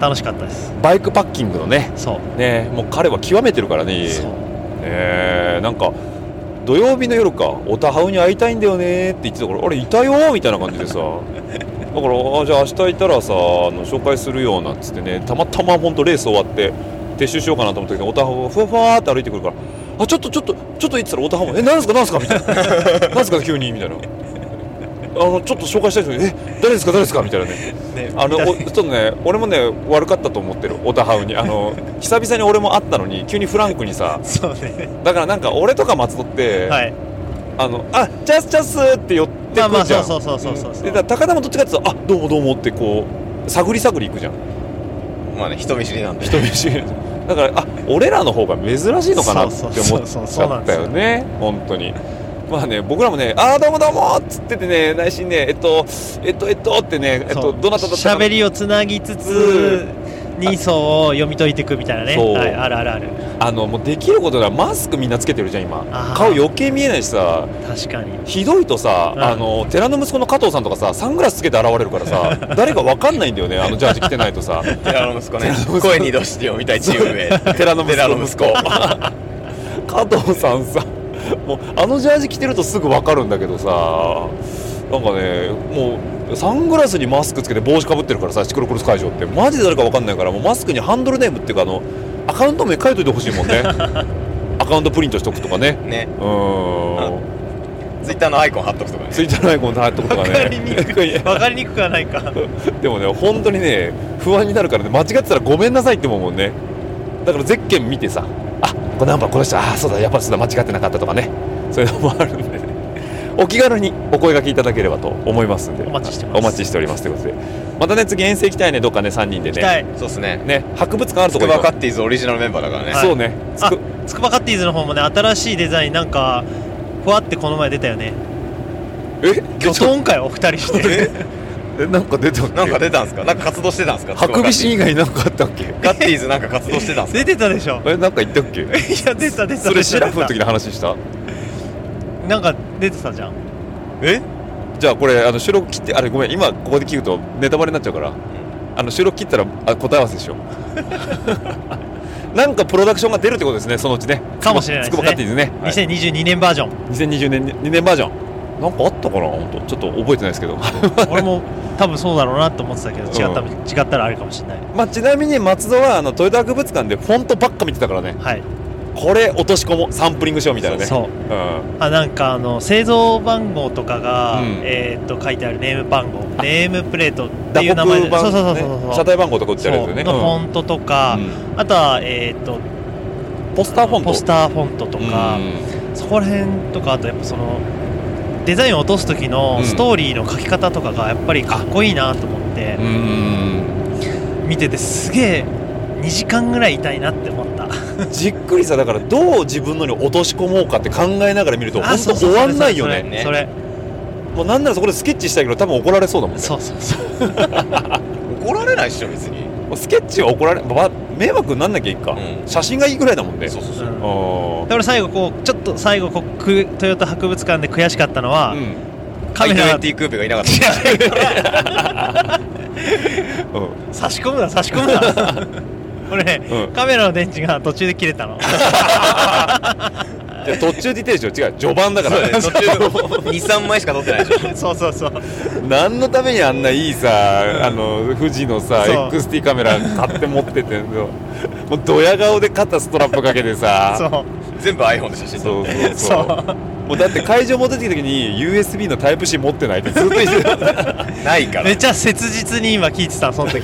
Speaker 4: 楽しかったです
Speaker 5: んバイクパッキングのね
Speaker 4: そう
Speaker 5: ねもう彼は極めてるからね
Speaker 4: そう
Speaker 5: えー、なんか土曜日の夜か「オタハウに会いたいんだよね」って言ってたから「あれいたよ」みたいな感じでさだからあ「じゃあ明日いたらさあの紹介するよ」なんつってねたまたま本当レース終わって撤収しようかなと思ったけどオタハウがふわふわーって歩いてくるから「あちょっとちょっとちょっと」言ってたらオタハウも「えなんすかなんすか」みたいな 「なんすか急に」みたいな。あのちょっと紹介したい人に「え誰ですか誰ですか?」みたいなねあのおちょっとね俺もね悪かったと思ってるオタハウにあの久々に俺も会ったのに急にフランクにさ
Speaker 4: そうね
Speaker 5: だからなんか俺とか松戸って、
Speaker 4: はい
Speaker 5: あのあチャスチャスって寄ってくるじゃ
Speaker 4: まあ
Speaker 5: ん、
Speaker 4: まあそうそうそうそうそうそう
Speaker 5: でだから高田もどっちかっていうとあどうもどうもってこう探り探り行くじゃん
Speaker 6: まあね人見知りなんで
Speaker 5: 人見知りだからあ俺らの方が珍しいのかなって
Speaker 4: そう
Speaker 5: 思っ
Speaker 4: そうそうそう
Speaker 5: ちゃったよね本当にまあね僕らもねあーどうもどうもっつっててね内心ねえっとえっとえっとってねえっ
Speaker 4: そ
Speaker 5: と
Speaker 4: う
Speaker 5: どなただったかな
Speaker 4: 喋りをつなぎつ
Speaker 5: う
Speaker 4: つ人相を読み解いていくみたいなね、
Speaker 5: そう
Speaker 4: はい、あるあるある
Speaker 5: あのもうできることならマスクみんなつけてるじゃん今
Speaker 4: あー
Speaker 5: 顔余計見えないしさ
Speaker 4: 確かに
Speaker 5: ひどいとさ、
Speaker 4: うん
Speaker 5: あの寺の息子の加藤さんとかさサングラスつけて現れるから さ誰かわかんないんだよねあのジャージ着てないとさ
Speaker 6: 寺の息子ね声に出して読みたいチーム名
Speaker 5: 寺の息子
Speaker 6: 寺の息子
Speaker 5: 加藤さんさもうあのジャージ着てるとすぐわかるんだけどさなんかねもうサングラスにマスクつけて帽子かぶってるからさシクロクロス会場ってマジで誰かわかんないからもうマスクにハンドルネームっていうかあのアカウント名書いといてほしいもん ねアカウントプリントしとくとかね
Speaker 6: ね
Speaker 5: うーん
Speaker 6: ツイッターのアイコン貼っとくとかね
Speaker 5: ツイッターのアイコン貼っとくとかね
Speaker 4: わかりに くいわかりにくくはないか
Speaker 5: でもね本当にね不安になるからね間違ってたらごめんなさいって思うもんねだからゼッケン見てさあこのナンバーこの人ああそうだやっぱりそうだ間違ってなかったとかねそういうのもあるんで、ね、お気軽にお声掛けいただければと思いますんで
Speaker 4: お待ちしてます
Speaker 5: お待ちしておりますということでまたね次遠征行きたいねどっかね3人で
Speaker 4: 行きたい
Speaker 5: ね
Speaker 6: そうですね
Speaker 5: ね博物館あると
Speaker 6: つ
Speaker 5: こ
Speaker 6: く
Speaker 5: 行
Speaker 6: ば
Speaker 5: こ
Speaker 6: カッティーズオリジナルメンバーだからね、
Speaker 5: う、
Speaker 4: はい
Speaker 5: そうねつく
Speaker 4: つくばカッティーズの方もね新しいデザインなんかふわってこの前出たよね
Speaker 5: え
Speaker 4: 今日今回お二人して
Speaker 5: えなんか出たっけ
Speaker 6: なんか出たんすかなんか活動してたんすかつくばカ
Speaker 5: ハ
Speaker 6: ッティ
Speaker 5: ク
Speaker 6: ー
Speaker 5: ビ
Speaker 6: ズ
Speaker 5: シン以外なんかあったっけ
Speaker 6: ガッティーズなんか活動してたんすか
Speaker 4: 出てたでしょ
Speaker 5: えなんか言ったっけ
Speaker 4: いや出てた出てた
Speaker 5: それシラフの時
Speaker 4: 出て
Speaker 5: の話した
Speaker 4: たなんか出てたじゃん
Speaker 6: え
Speaker 5: じゃあこれあの収録切ってあれごめん今ここで聞くとネタバレになっちゃうからあの収録切ったらあ答え合わせ しようなんかプロダクションが出るってことですねそのうちね
Speaker 4: かもしれないで
Speaker 5: つくばつく
Speaker 4: すね
Speaker 5: ばカッティーズね、はい
Speaker 4: 2022年バージ ョン
Speaker 5: 2020年2年バージョンなんかあったかな本当ちょっと覚えてないですけど
Speaker 4: 俺も多分そうだろうなと思ってたけど違った、
Speaker 5: うん
Speaker 4: 違ったらあるかもしれない
Speaker 5: まあちなみに松戸はあのトヨタ博物館でフォントばっか見てたからね
Speaker 4: はい
Speaker 5: これ落とし込もうサンプリングしようみたいなね
Speaker 4: そう
Speaker 5: うんは
Speaker 4: あなんかあの製造番号とかが、
Speaker 5: うん
Speaker 4: えーっと書いてあるネーム番号ネームプレートって
Speaker 5: 打
Speaker 4: いう
Speaker 5: 刻
Speaker 4: 名前で
Speaker 5: 版
Speaker 4: そうそうそうそう
Speaker 5: ね
Speaker 4: そ
Speaker 5: 車
Speaker 4: う
Speaker 5: 体番号とか打ってあるやつ
Speaker 4: そう
Speaker 5: よね
Speaker 4: のフ
Speaker 5: うん
Speaker 4: ォントとか、
Speaker 5: うん
Speaker 4: あとは、えーっと
Speaker 5: ポスターフォント
Speaker 4: ポスターフォントとか、
Speaker 5: うん
Speaker 4: そこら辺とかあとやっぱそのデザインを落とす時
Speaker 5: う
Speaker 4: の
Speaker 5: ん
Speaker 4: ストーリーの書き方とかがやっぱりかっこいいなと思って
Speaker 5: う、ん
Speaker 4: 見ててすげえ2時間ぐらいいたいなって思った
Speaker 5: じっくりさだからどう自分のに落とし込もうかって考えながら見ると
Speaker 4: あ
Speaker 5: 本
Speaker 4: そ
Speaker 5: 当
Speaker 4: うそ
Speaker 5: 終
Speaker 4: う
Speaker 5: わんないよね
Speaker 4: それ
Speaker 5: もうなんならそこでスケッチしたいけど多分怒られそうだもんね
Speaker 4: そうそうそう
Speaker 6: 怒られないっしょ別に
Speaker 5: もうスケッチは怒られば迷惑になんなきゃいいか、
Speaker 6: うん
Speaker 5: 写真がいいぐらいだもんね
Speaker 6: そうそうそう、
Speaker 4: うん
Speaker 5: あー
Speaker 4: で俺最後こうちょっと最後こうくトヨタ博物館で悔しかったのは、
Speaker 5: うん
Speaker 4: カメ
Speaker 6: アイ
Speaker 4: ラ
Speaker 6: ドエンティークーペがいなかった
Speaker 5: う
Speaker 4: 差し込むな差し込 むな俺ね、
Speaker 5: うん
Speaker 4: カメラの電池が途中で切 れたの
Speaker 5: ん、じゃあ途中で停止よ違う序盤だからね
Speaker 6: 途中23枚しか撮ってないでしょ
Speaker 4: そうそうそう
Speaker 5: 何のためにあんないいさあの富士のさ
Speaker 4: そう
Speaker 5: XT カメラ買って持っててもうドヤ顔で肩ストラップかけてさ
Speaker 4: そう
Speaker 6: 全部 iPhone で写真撮
Speaker 5: そ
Speaker 6: っ
Speaker 5: う
Speaker 6: て
Speaker 5: そう
Speaker 4: そ
Speaker 5: そう
Speaker 4: う
Speaker 5: もうだって会場戻ってきた時に USB のタイプ C 持ってないってずっと言ってた
Speaker 6: ないから
Speaker 4: めっちゃ切実に今聞いてたのそ の時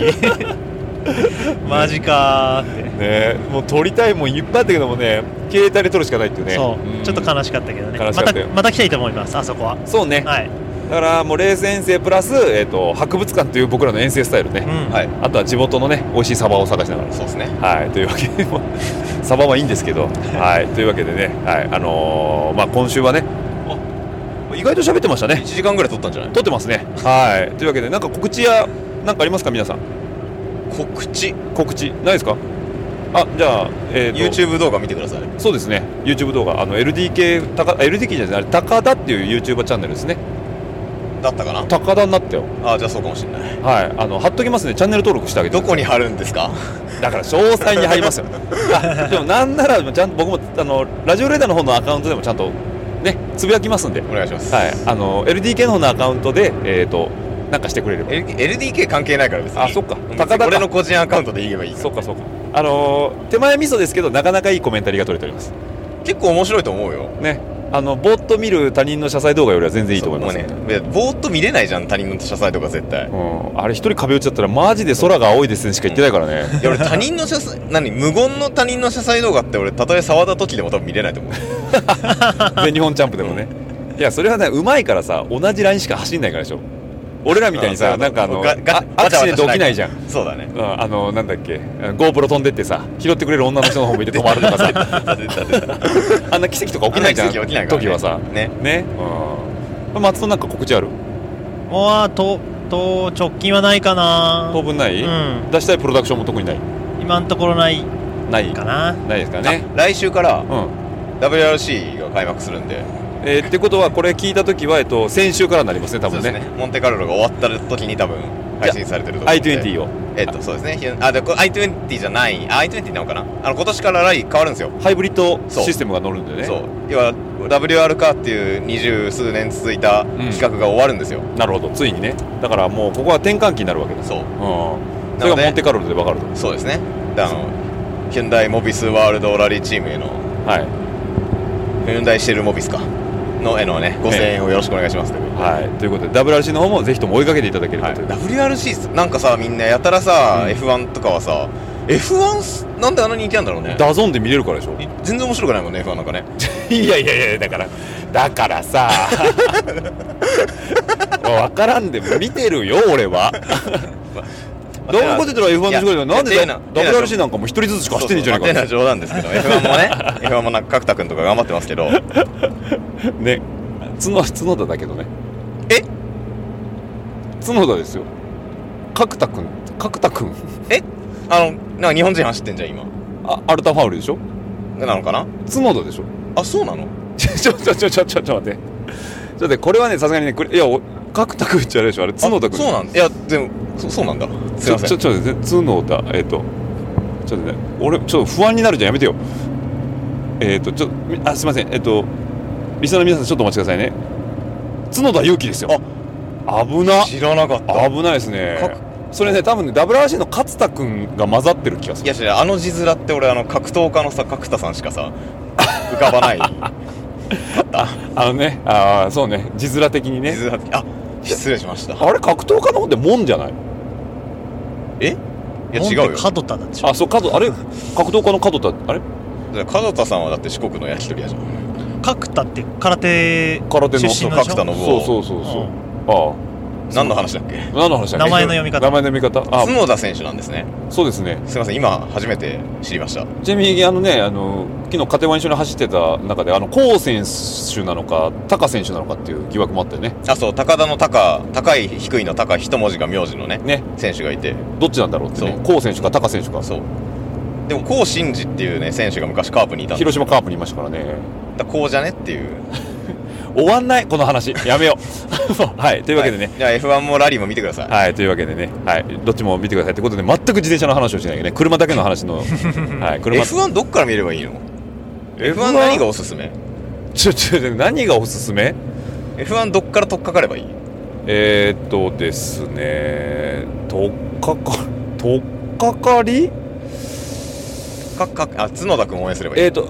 Speaker 4: マジかーって、
Speaker 5: ねもう撮りたいもんいっぱいあったけどもね携帯で撮るしかないっていうね
Speaker 4: そう、
Speaker 5: ん
Speaker 4: ちょっと悲しかったけどね
Speaker 5: 悲
Speaker 4: ま
Speaker 5: しかったたよ
Speaker 4: また来たいと思いますあそこは
Speaker 5: そうね、
Speaker 4: はい、
Speaker 5: だからもう冷泉生プラス、えー、と博物館という僕らの遠征スタイルね、
Speaker 4: うん
Speaker 6: はい
Speaker 5: あとは地元のね美味しいサバを探しながら
Speaker 6: そうですね
Speaker 5: はい、というわけで、もう サバはいいんですけど、はい、というわけでね、はい、あのーまあ、今週はね。あ意外と喋ってました
Speaker 6: 1
Speaker 5: ね。
Speaker 6: 時間ぐらい撮ったんじゃない
Speaker 5: 撮ってますね。はい、というわけで、なんか告知や、なんかありますか、皆さん。
Speaker 6: 告知
Speaker 5: 告知、ないですか。あ、じゃあ、えーと
Speaker 6: YouTube 動画見てください
Speaker 5: そうですね。YouTube 動画、あの LDK 高 LDK じゃないあれ高田っていう YouTuber チャンネルですね。
Speaker 6: だったかな
Speaker 5: 高田になったよ。
Speaker 6: あじゃあそうかもしれない
Speaker 5: はい。あの貼っときますね。チャンネル登録してあげてください。
Speaker 6: どこに貼るんですか
Speaker 5: だから詳細に入り ますよあでもなんならちゃんと僕もあのラジオレーダーの方のアカウントでもちゃんとねつぶやきますんで、は
Speaker 6: お願いします、
Speaker 5: い、あの LDK の方のアカウントで、えー、となんかしてくれれば
Speaker 6: L- LDK 関係ないから別に
Speaker 5: あそっか
Speaker 6: 別に
Speaker 5: 高田か
Speaker 6: 俺の個人アカウントで言えばいい
Speaker 5: そうかそうかあのー手前味噌ですけどなかなかいいコメンタリーが取れております
Speaker 6: 結構面白いと思うよ
Speaker 5: ねあのぼーっと見る他人の謝罪動画よりは全然いいと思います
Speaker 6: そうもうねいやぼーっと見れないじゃん他人の謝罪とか絶対
Speaker 5: うん、あれ一人壁打ちだったらマジで空が青いですねしか言ってないからね
Speaker 6: いや俺他人の謝罪何無言の他人の謝罪動画って俺たとえ触った時でも多分見れないと思う
Speaker 5: 全日本チャンプでもねいやそれはねうまいからさ同じラインしか走んないからでしょ俺 らみたいにさ
Speaker 6: あ
Speaker 5: なんかあの
Speaker 6: ガガ
Speaker 5: あアクシデント起きないじゃん
Speaker 6: そうだ ね
Speaker 5: うんあのなんだっけ GoPro 飛んでってさ拾ってくれる女の人の方向いて止まるとかさ あんな奇跡とか起きないじゃん
Speaker 6: あんな奇跡起きないからね
Speaker 5: 時はさ
Speaker 6: ね
Speaker 5: ねうん松戸なんか告知ある
Speaker 4: もうとと直近はないかな
Speaker 5: 当分ない、
Speaker 4: うん
Speaker 5: 出したいプロダクションも特にない
Speaker 4: 今のところない
Speaker 5: ない
Speaker 4: かな
Speaker 5: ないですかね
Speaker 6: 来週から
Speaker 5: うん
Speaker 6: WRC が開幕するんで
Speaker 5: えーってことはこれ聞いた時は、えっと、先週からになりますね多
Speaker 6: そう
Speaker 5: 分
Speaker 6: で
Speaker 5: ね
Speaker 6: すねモンテカルロが終わった時に多分配信されてると思うんで
Speaker 5: i20 を
Speaker 6: えっとそうですねひあでこれ i20 じゃないあ i20 なのかなあの今年からライン変わるんですよ
Speaker 5: ハイブリッド
Speaker 6: そう
Speaker 5: システムが乗るんだよね
Speaker 6: そう要は WR カーっていう二十数年続いた企画が終わるんですよ、
Speaker 5: なるほどついにねだからもうここは転換期になるわけです
Speaker 6: そう
Speaker 5: うん
Speaker 6: で
Speaker 5: それがモンテカルロで分かると
Speaker 6: そうですねであのヒュンダイモビスワールドラリーチームへの
Speaker 5: はい
Speaker 6: ヒュンダイシェルモビスかのへのね5000円をよろしくお願いしますということで
Speaker 5: はいということで WRC の方もぜひとも追いかけていただければ
Speaker 6: はい
Speaker 5: という
Speaker 6: WRC なんかさみんなやたらさ、F1 とかはさ F1 すなんであんなに人気なんだろうね
Speaker 5: ダゾーンで見れる からでしょ
Speaker 6: い全然面白くないもんね F1 なんかね
Speaker 5: いやいやいやだからだからさ 分からんでも見てるよ俺 はドームポテトは F1 の仕事でなん
Speaker 6: いや
Speaker 5: で
Speaker 6: い
Speaker 5: だ
Speaker 6: やてなてな
Speaker 5: WRC なんかも一人ずつしか走ってんじゃねえ
Speaker 6: そう
Speaker 5: か
Speaker 6: そうまあてな冗談ですけ ど F1 もね F1 もなんか角田君とか頑張ってますけど
Speaker 5: ね角角田だけどね
Speaker 6: え
Speaker 5: 角田ですよ角田君角田君
Speaker 6: えあのなんか日本人走ってんじゃん今
Speaker 5: あアルタファウルでしょ
Speaker 6: なのかな
Speaker 5: 角田でしょ
Speaker 6: あそうなの
Speaker 5: ちょちょちょちょちょちょちょ待ってちょっと待ってこれはねさすがにねこれいやお角田君ってあれでしょあれ角田
Speaker 6: あ
Speaker 5: 君
Speaker 6: そうなんいやでもそそうなんだすいませ
Speaker 5: ちょ
Speaker 6: ん
Speaker 5: ちょちょっと待って角田えっ、とちょっとね俺ちょっと不安になるじゃんやめてよえっ、とちょみあすいませんえっ、とリスナーの皆さんちょっとお待ちくださいね角田勇気ですよあ危な
Speaker 6: 知らなかった
Speaker 5: 危ないですね
Speaker 6: か
Speaker 5: それね多分ね WRC の勝田君が混ざってる気がす
Speaker 6: い
Speaker 5: る
Speaker 6: や違うあの字面って俺あの格闘家のさ角田さんしか さ浮かばない
Speaker 5: あのねああそうね字面的に
Speaker 6: 字
Speaker 5: ね
Speaker 6: 面あ失礼しました
Speaker 5: あれ格闘家の方って門じゃない
Speaker 6: えいや違うよ
Speaker 4: 門田なんでしょ
Speaker 5: あそう角あれ格闘家の角田あれ
Speaker 6: 角田さんはだって四国の焼き鳥屋じゃん
Speaker 4: 角田って空手
Speaker 5: 空手の
Speaker 4: 出
Speaker 5: そう
Speaker 4: 身の
Speaker 6: 角
Speaker 4: 人
Speaker 6: 田信
Speaker 5: そう
Speaker 6: 夫
Speaker 5: そうそうそう
Speaker 6: 何の話だっけ
Speaker 5: ああ何の話だっけ
Speaker 4: 名前の読み方
Speaker 5: 名前の読み方あ
Speaker 6: 角田選手なんですね
Speaker 5: そうですね
Speaker 6: すいません今初めて知りました
Speaker 5: ちなみにあのねあの昨日カテゴリー一緒に走ってた中であの高選手なのか高選手なのかっていう疑惑もあったよね
Speaker 6: あそう高田の高高い低いの高一文字が名字のね
Speaker 5: ね
Speaker 6: 選手がいて
Speaker 5: どっちなんだろうってね高選手か高選手か
Speaker 6: そうでも高真司っていうね選手が昔カープにいたんだ
Speaker 5: 広島カープにいましたからね
Speaker 6: だからこうじゃねっていう
Speaker 5: 終わんないこの話やめよう はいというわけでね
Speaker 6: はいじゃあ F1 もラリーも見てください、
Speaker 5: はいというわけでねはいどっちも見てくださいってことで全く自転車の話をしないよね車だけの話のはい車
Speaker 6: F1 どっから見ればいいの F1, 何がおすすめ
Speaker 5: ちょちょちょ何がおすすめ
Speaker 6: F1 どっから取っかかればいい
Speaker 5: えー、っとですねとっかかとっかかり
Speaker 6: かかあ角田君応援すればいい
Speaker 5: えー、っと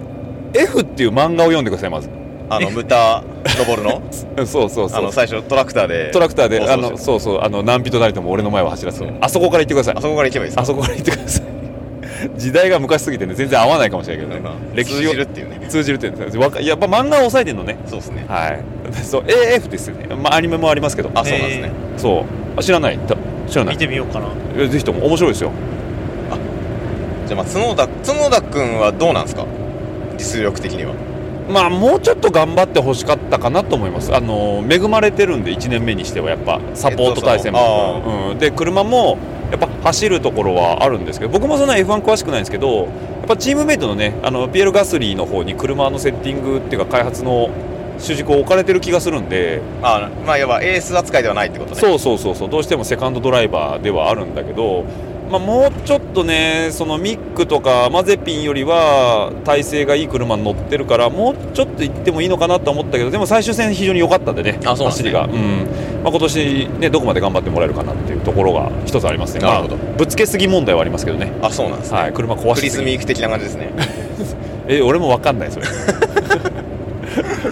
Speaker 5: F っていう漫画を読んでくださいまず
Speaker 6: あの豚登るの
Speaker 5: そうそうそ
Speaker 6: あ
Speaker 5: う
Speaker 6: の最初トラクターで
Speaker 5: トラクターで
Speaker 6: 暴
Speaker 5: あ
Speaker 6: 走して
Speaker 5: のそうそうあの何人なりとも俺の前を走らせ
Speaker 6: そう
Speaker 5: るあそこから行ってください
Speaker 6: あそこから行けばいいです
Speaker 5: あそこから行ってください時代が昔すぎてね全然合わないかもしれないけど
Speaker 6: まあ
Speaker 5: ね
Speaker 6: 通じるっていうね
Speaker 5: 通じるって言うんですよわかやっぱ漫画を抑えてんのね
Speaker 6: そうですね
Speaker 5: はいそう AF ですよねまあアニメもありますけど
Speaker 6: あそうなんですね、
Speaker 5: そうあ知らないた知らな
Speaker 4: 見
Speaker 5: い
Speaker 4: てみようかな
Speaker 5: えぜひとも面白いですよ
Speaker 6: じゃあまあ角田角田君はどうなんですか実力的には
Speaker 5: まあもうちょっと頑張ってほしかったかなと思いますあの恵まれてるんで1年目にしてはやっぱサポート体制
Speaker 6: えっとそ
Speaker 5: も、うん、で車もやっぱ走るところはあるんですけど僕もそんな F1 詳しくないんですけどやっぱチームメイトのねあのピエール・ガスリーの方に車のセッティングっていうか開発の主軸を置かれてる気がするんで、
Speaker 6: あまあいわばエース扱いではないってことね
Speaker 5: そうそうそうそうどうしてもセカンドドライバーではあるんだけど、まあ、もうちょっとねそのミックとかマゼピンよりは体勢がいい車に乗ってるからもうちょっと行ってもいいのかなと思ったけどでも最終戦非常に良かったんでね
Speaker 6: あそうなん
Speaker 5: 走
Speaker 6: ですね
Speaker 5: りが、うんまあ、今年、ね、どこまで頑張ってもらえるかなっていうところが一つありますね
Speaker 6: なるほど
Speaker 5: まあぶつけすぎ問題はありますけどね、
Speaker 6: あそうなんですね、
Speaker 5: はい、車壊
Speaker 6: ク
Speaker 5: し
Speaker 6: リ
Speaker 5: す
Speaker 6: ス
Speaker 5: ぎ
Speaker 6: ミーク的な感じですね
Speaker 5: え俺も分かんないそれ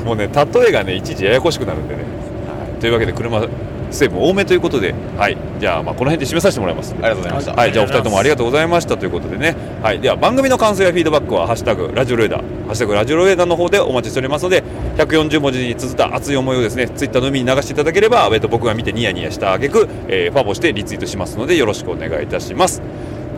Speaker 5: もうね例えがねいちいちややこしくなるんでね、はい、というわけで車成分多めということで、はい、じゃあまあこの辺で締めさせてもらいます
Speaker 6: ありがとうございました、
Speaker 5: はい、じゃあお二人ともありがとうございましたということでね、はい、では番組の感想やフィードバックは「ハッシュタグラジオレーダー」「ハッシュタグラジオレーダー」の方でお待ちしておりますので140文字に綴った熱い思いをですねツイッターの海に流していただければ、えっと、僕が見てニヤニヤした挙句、えー、ファボしてリツイートしますのでよろしくお願いいたします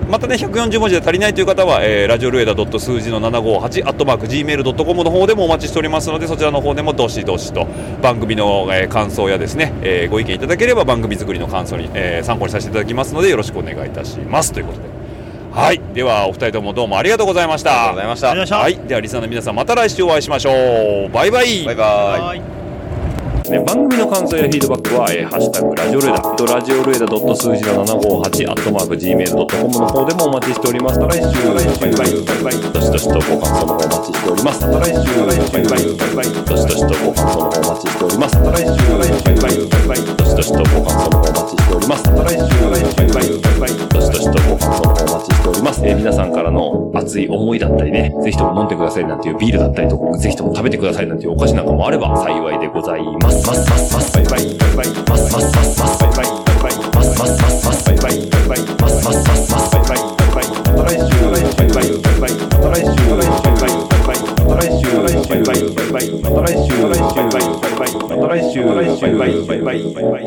Speaker 5: またね140文字で足りないという方は、えー、ラジオルエダ数字の758アットマーク Gmail.com の方でもお待ちしておりますのでそちらの方でもどしどしと番組の、えー感想やですね、えーご意見いただければ番組作りの感想に、えー参考にさせていただきますのでよろしくお願いいたしますということではいではお二人ともどうもありがとうございまし
Speaker 6: ありがと
Speaker 5: た
Speaker 6: うございまし
Speaker 4: あ
Speaker 6: た
Speaker 4: りがとうございました
Speaker 5: はいではリスナーの皆さんまた来週お会いしましょうバイバイ
Speaker 6: バイバイ
Speaker 4: はーい
Speaker 5: ね、番組の感想やフィードバックは、えーハッシュタグラジオルエダ、えっとラジオルエダ数字の758、アットマーク Gmail.com の方でもお待ちしております。また来週、バイバイ、バイバイ、どしどしとご感想の方お待ちしております。また来週、バイバイ、バイバイ、どしどしとご感想の方お待ちしております。また来週、バイバイ、バイバイ、どしどしとご感想の方お待ちしております。また来週、バイバイ、バイバイ、どしどしとご感想の方お待ちしております。えー皆さんからの熱い思いだったりね、ぜひとも飲んでくださいなんていうビールだったりとか、ぜひとも食べてくださいなんていうお菓子なんかもあれば幸いでございます。ますますますバイバイバイバイますますますますバイバイバイバイますますますますバイバイバイバイますますますますバイバイバイバイまた来週
Speaker 6: いいよ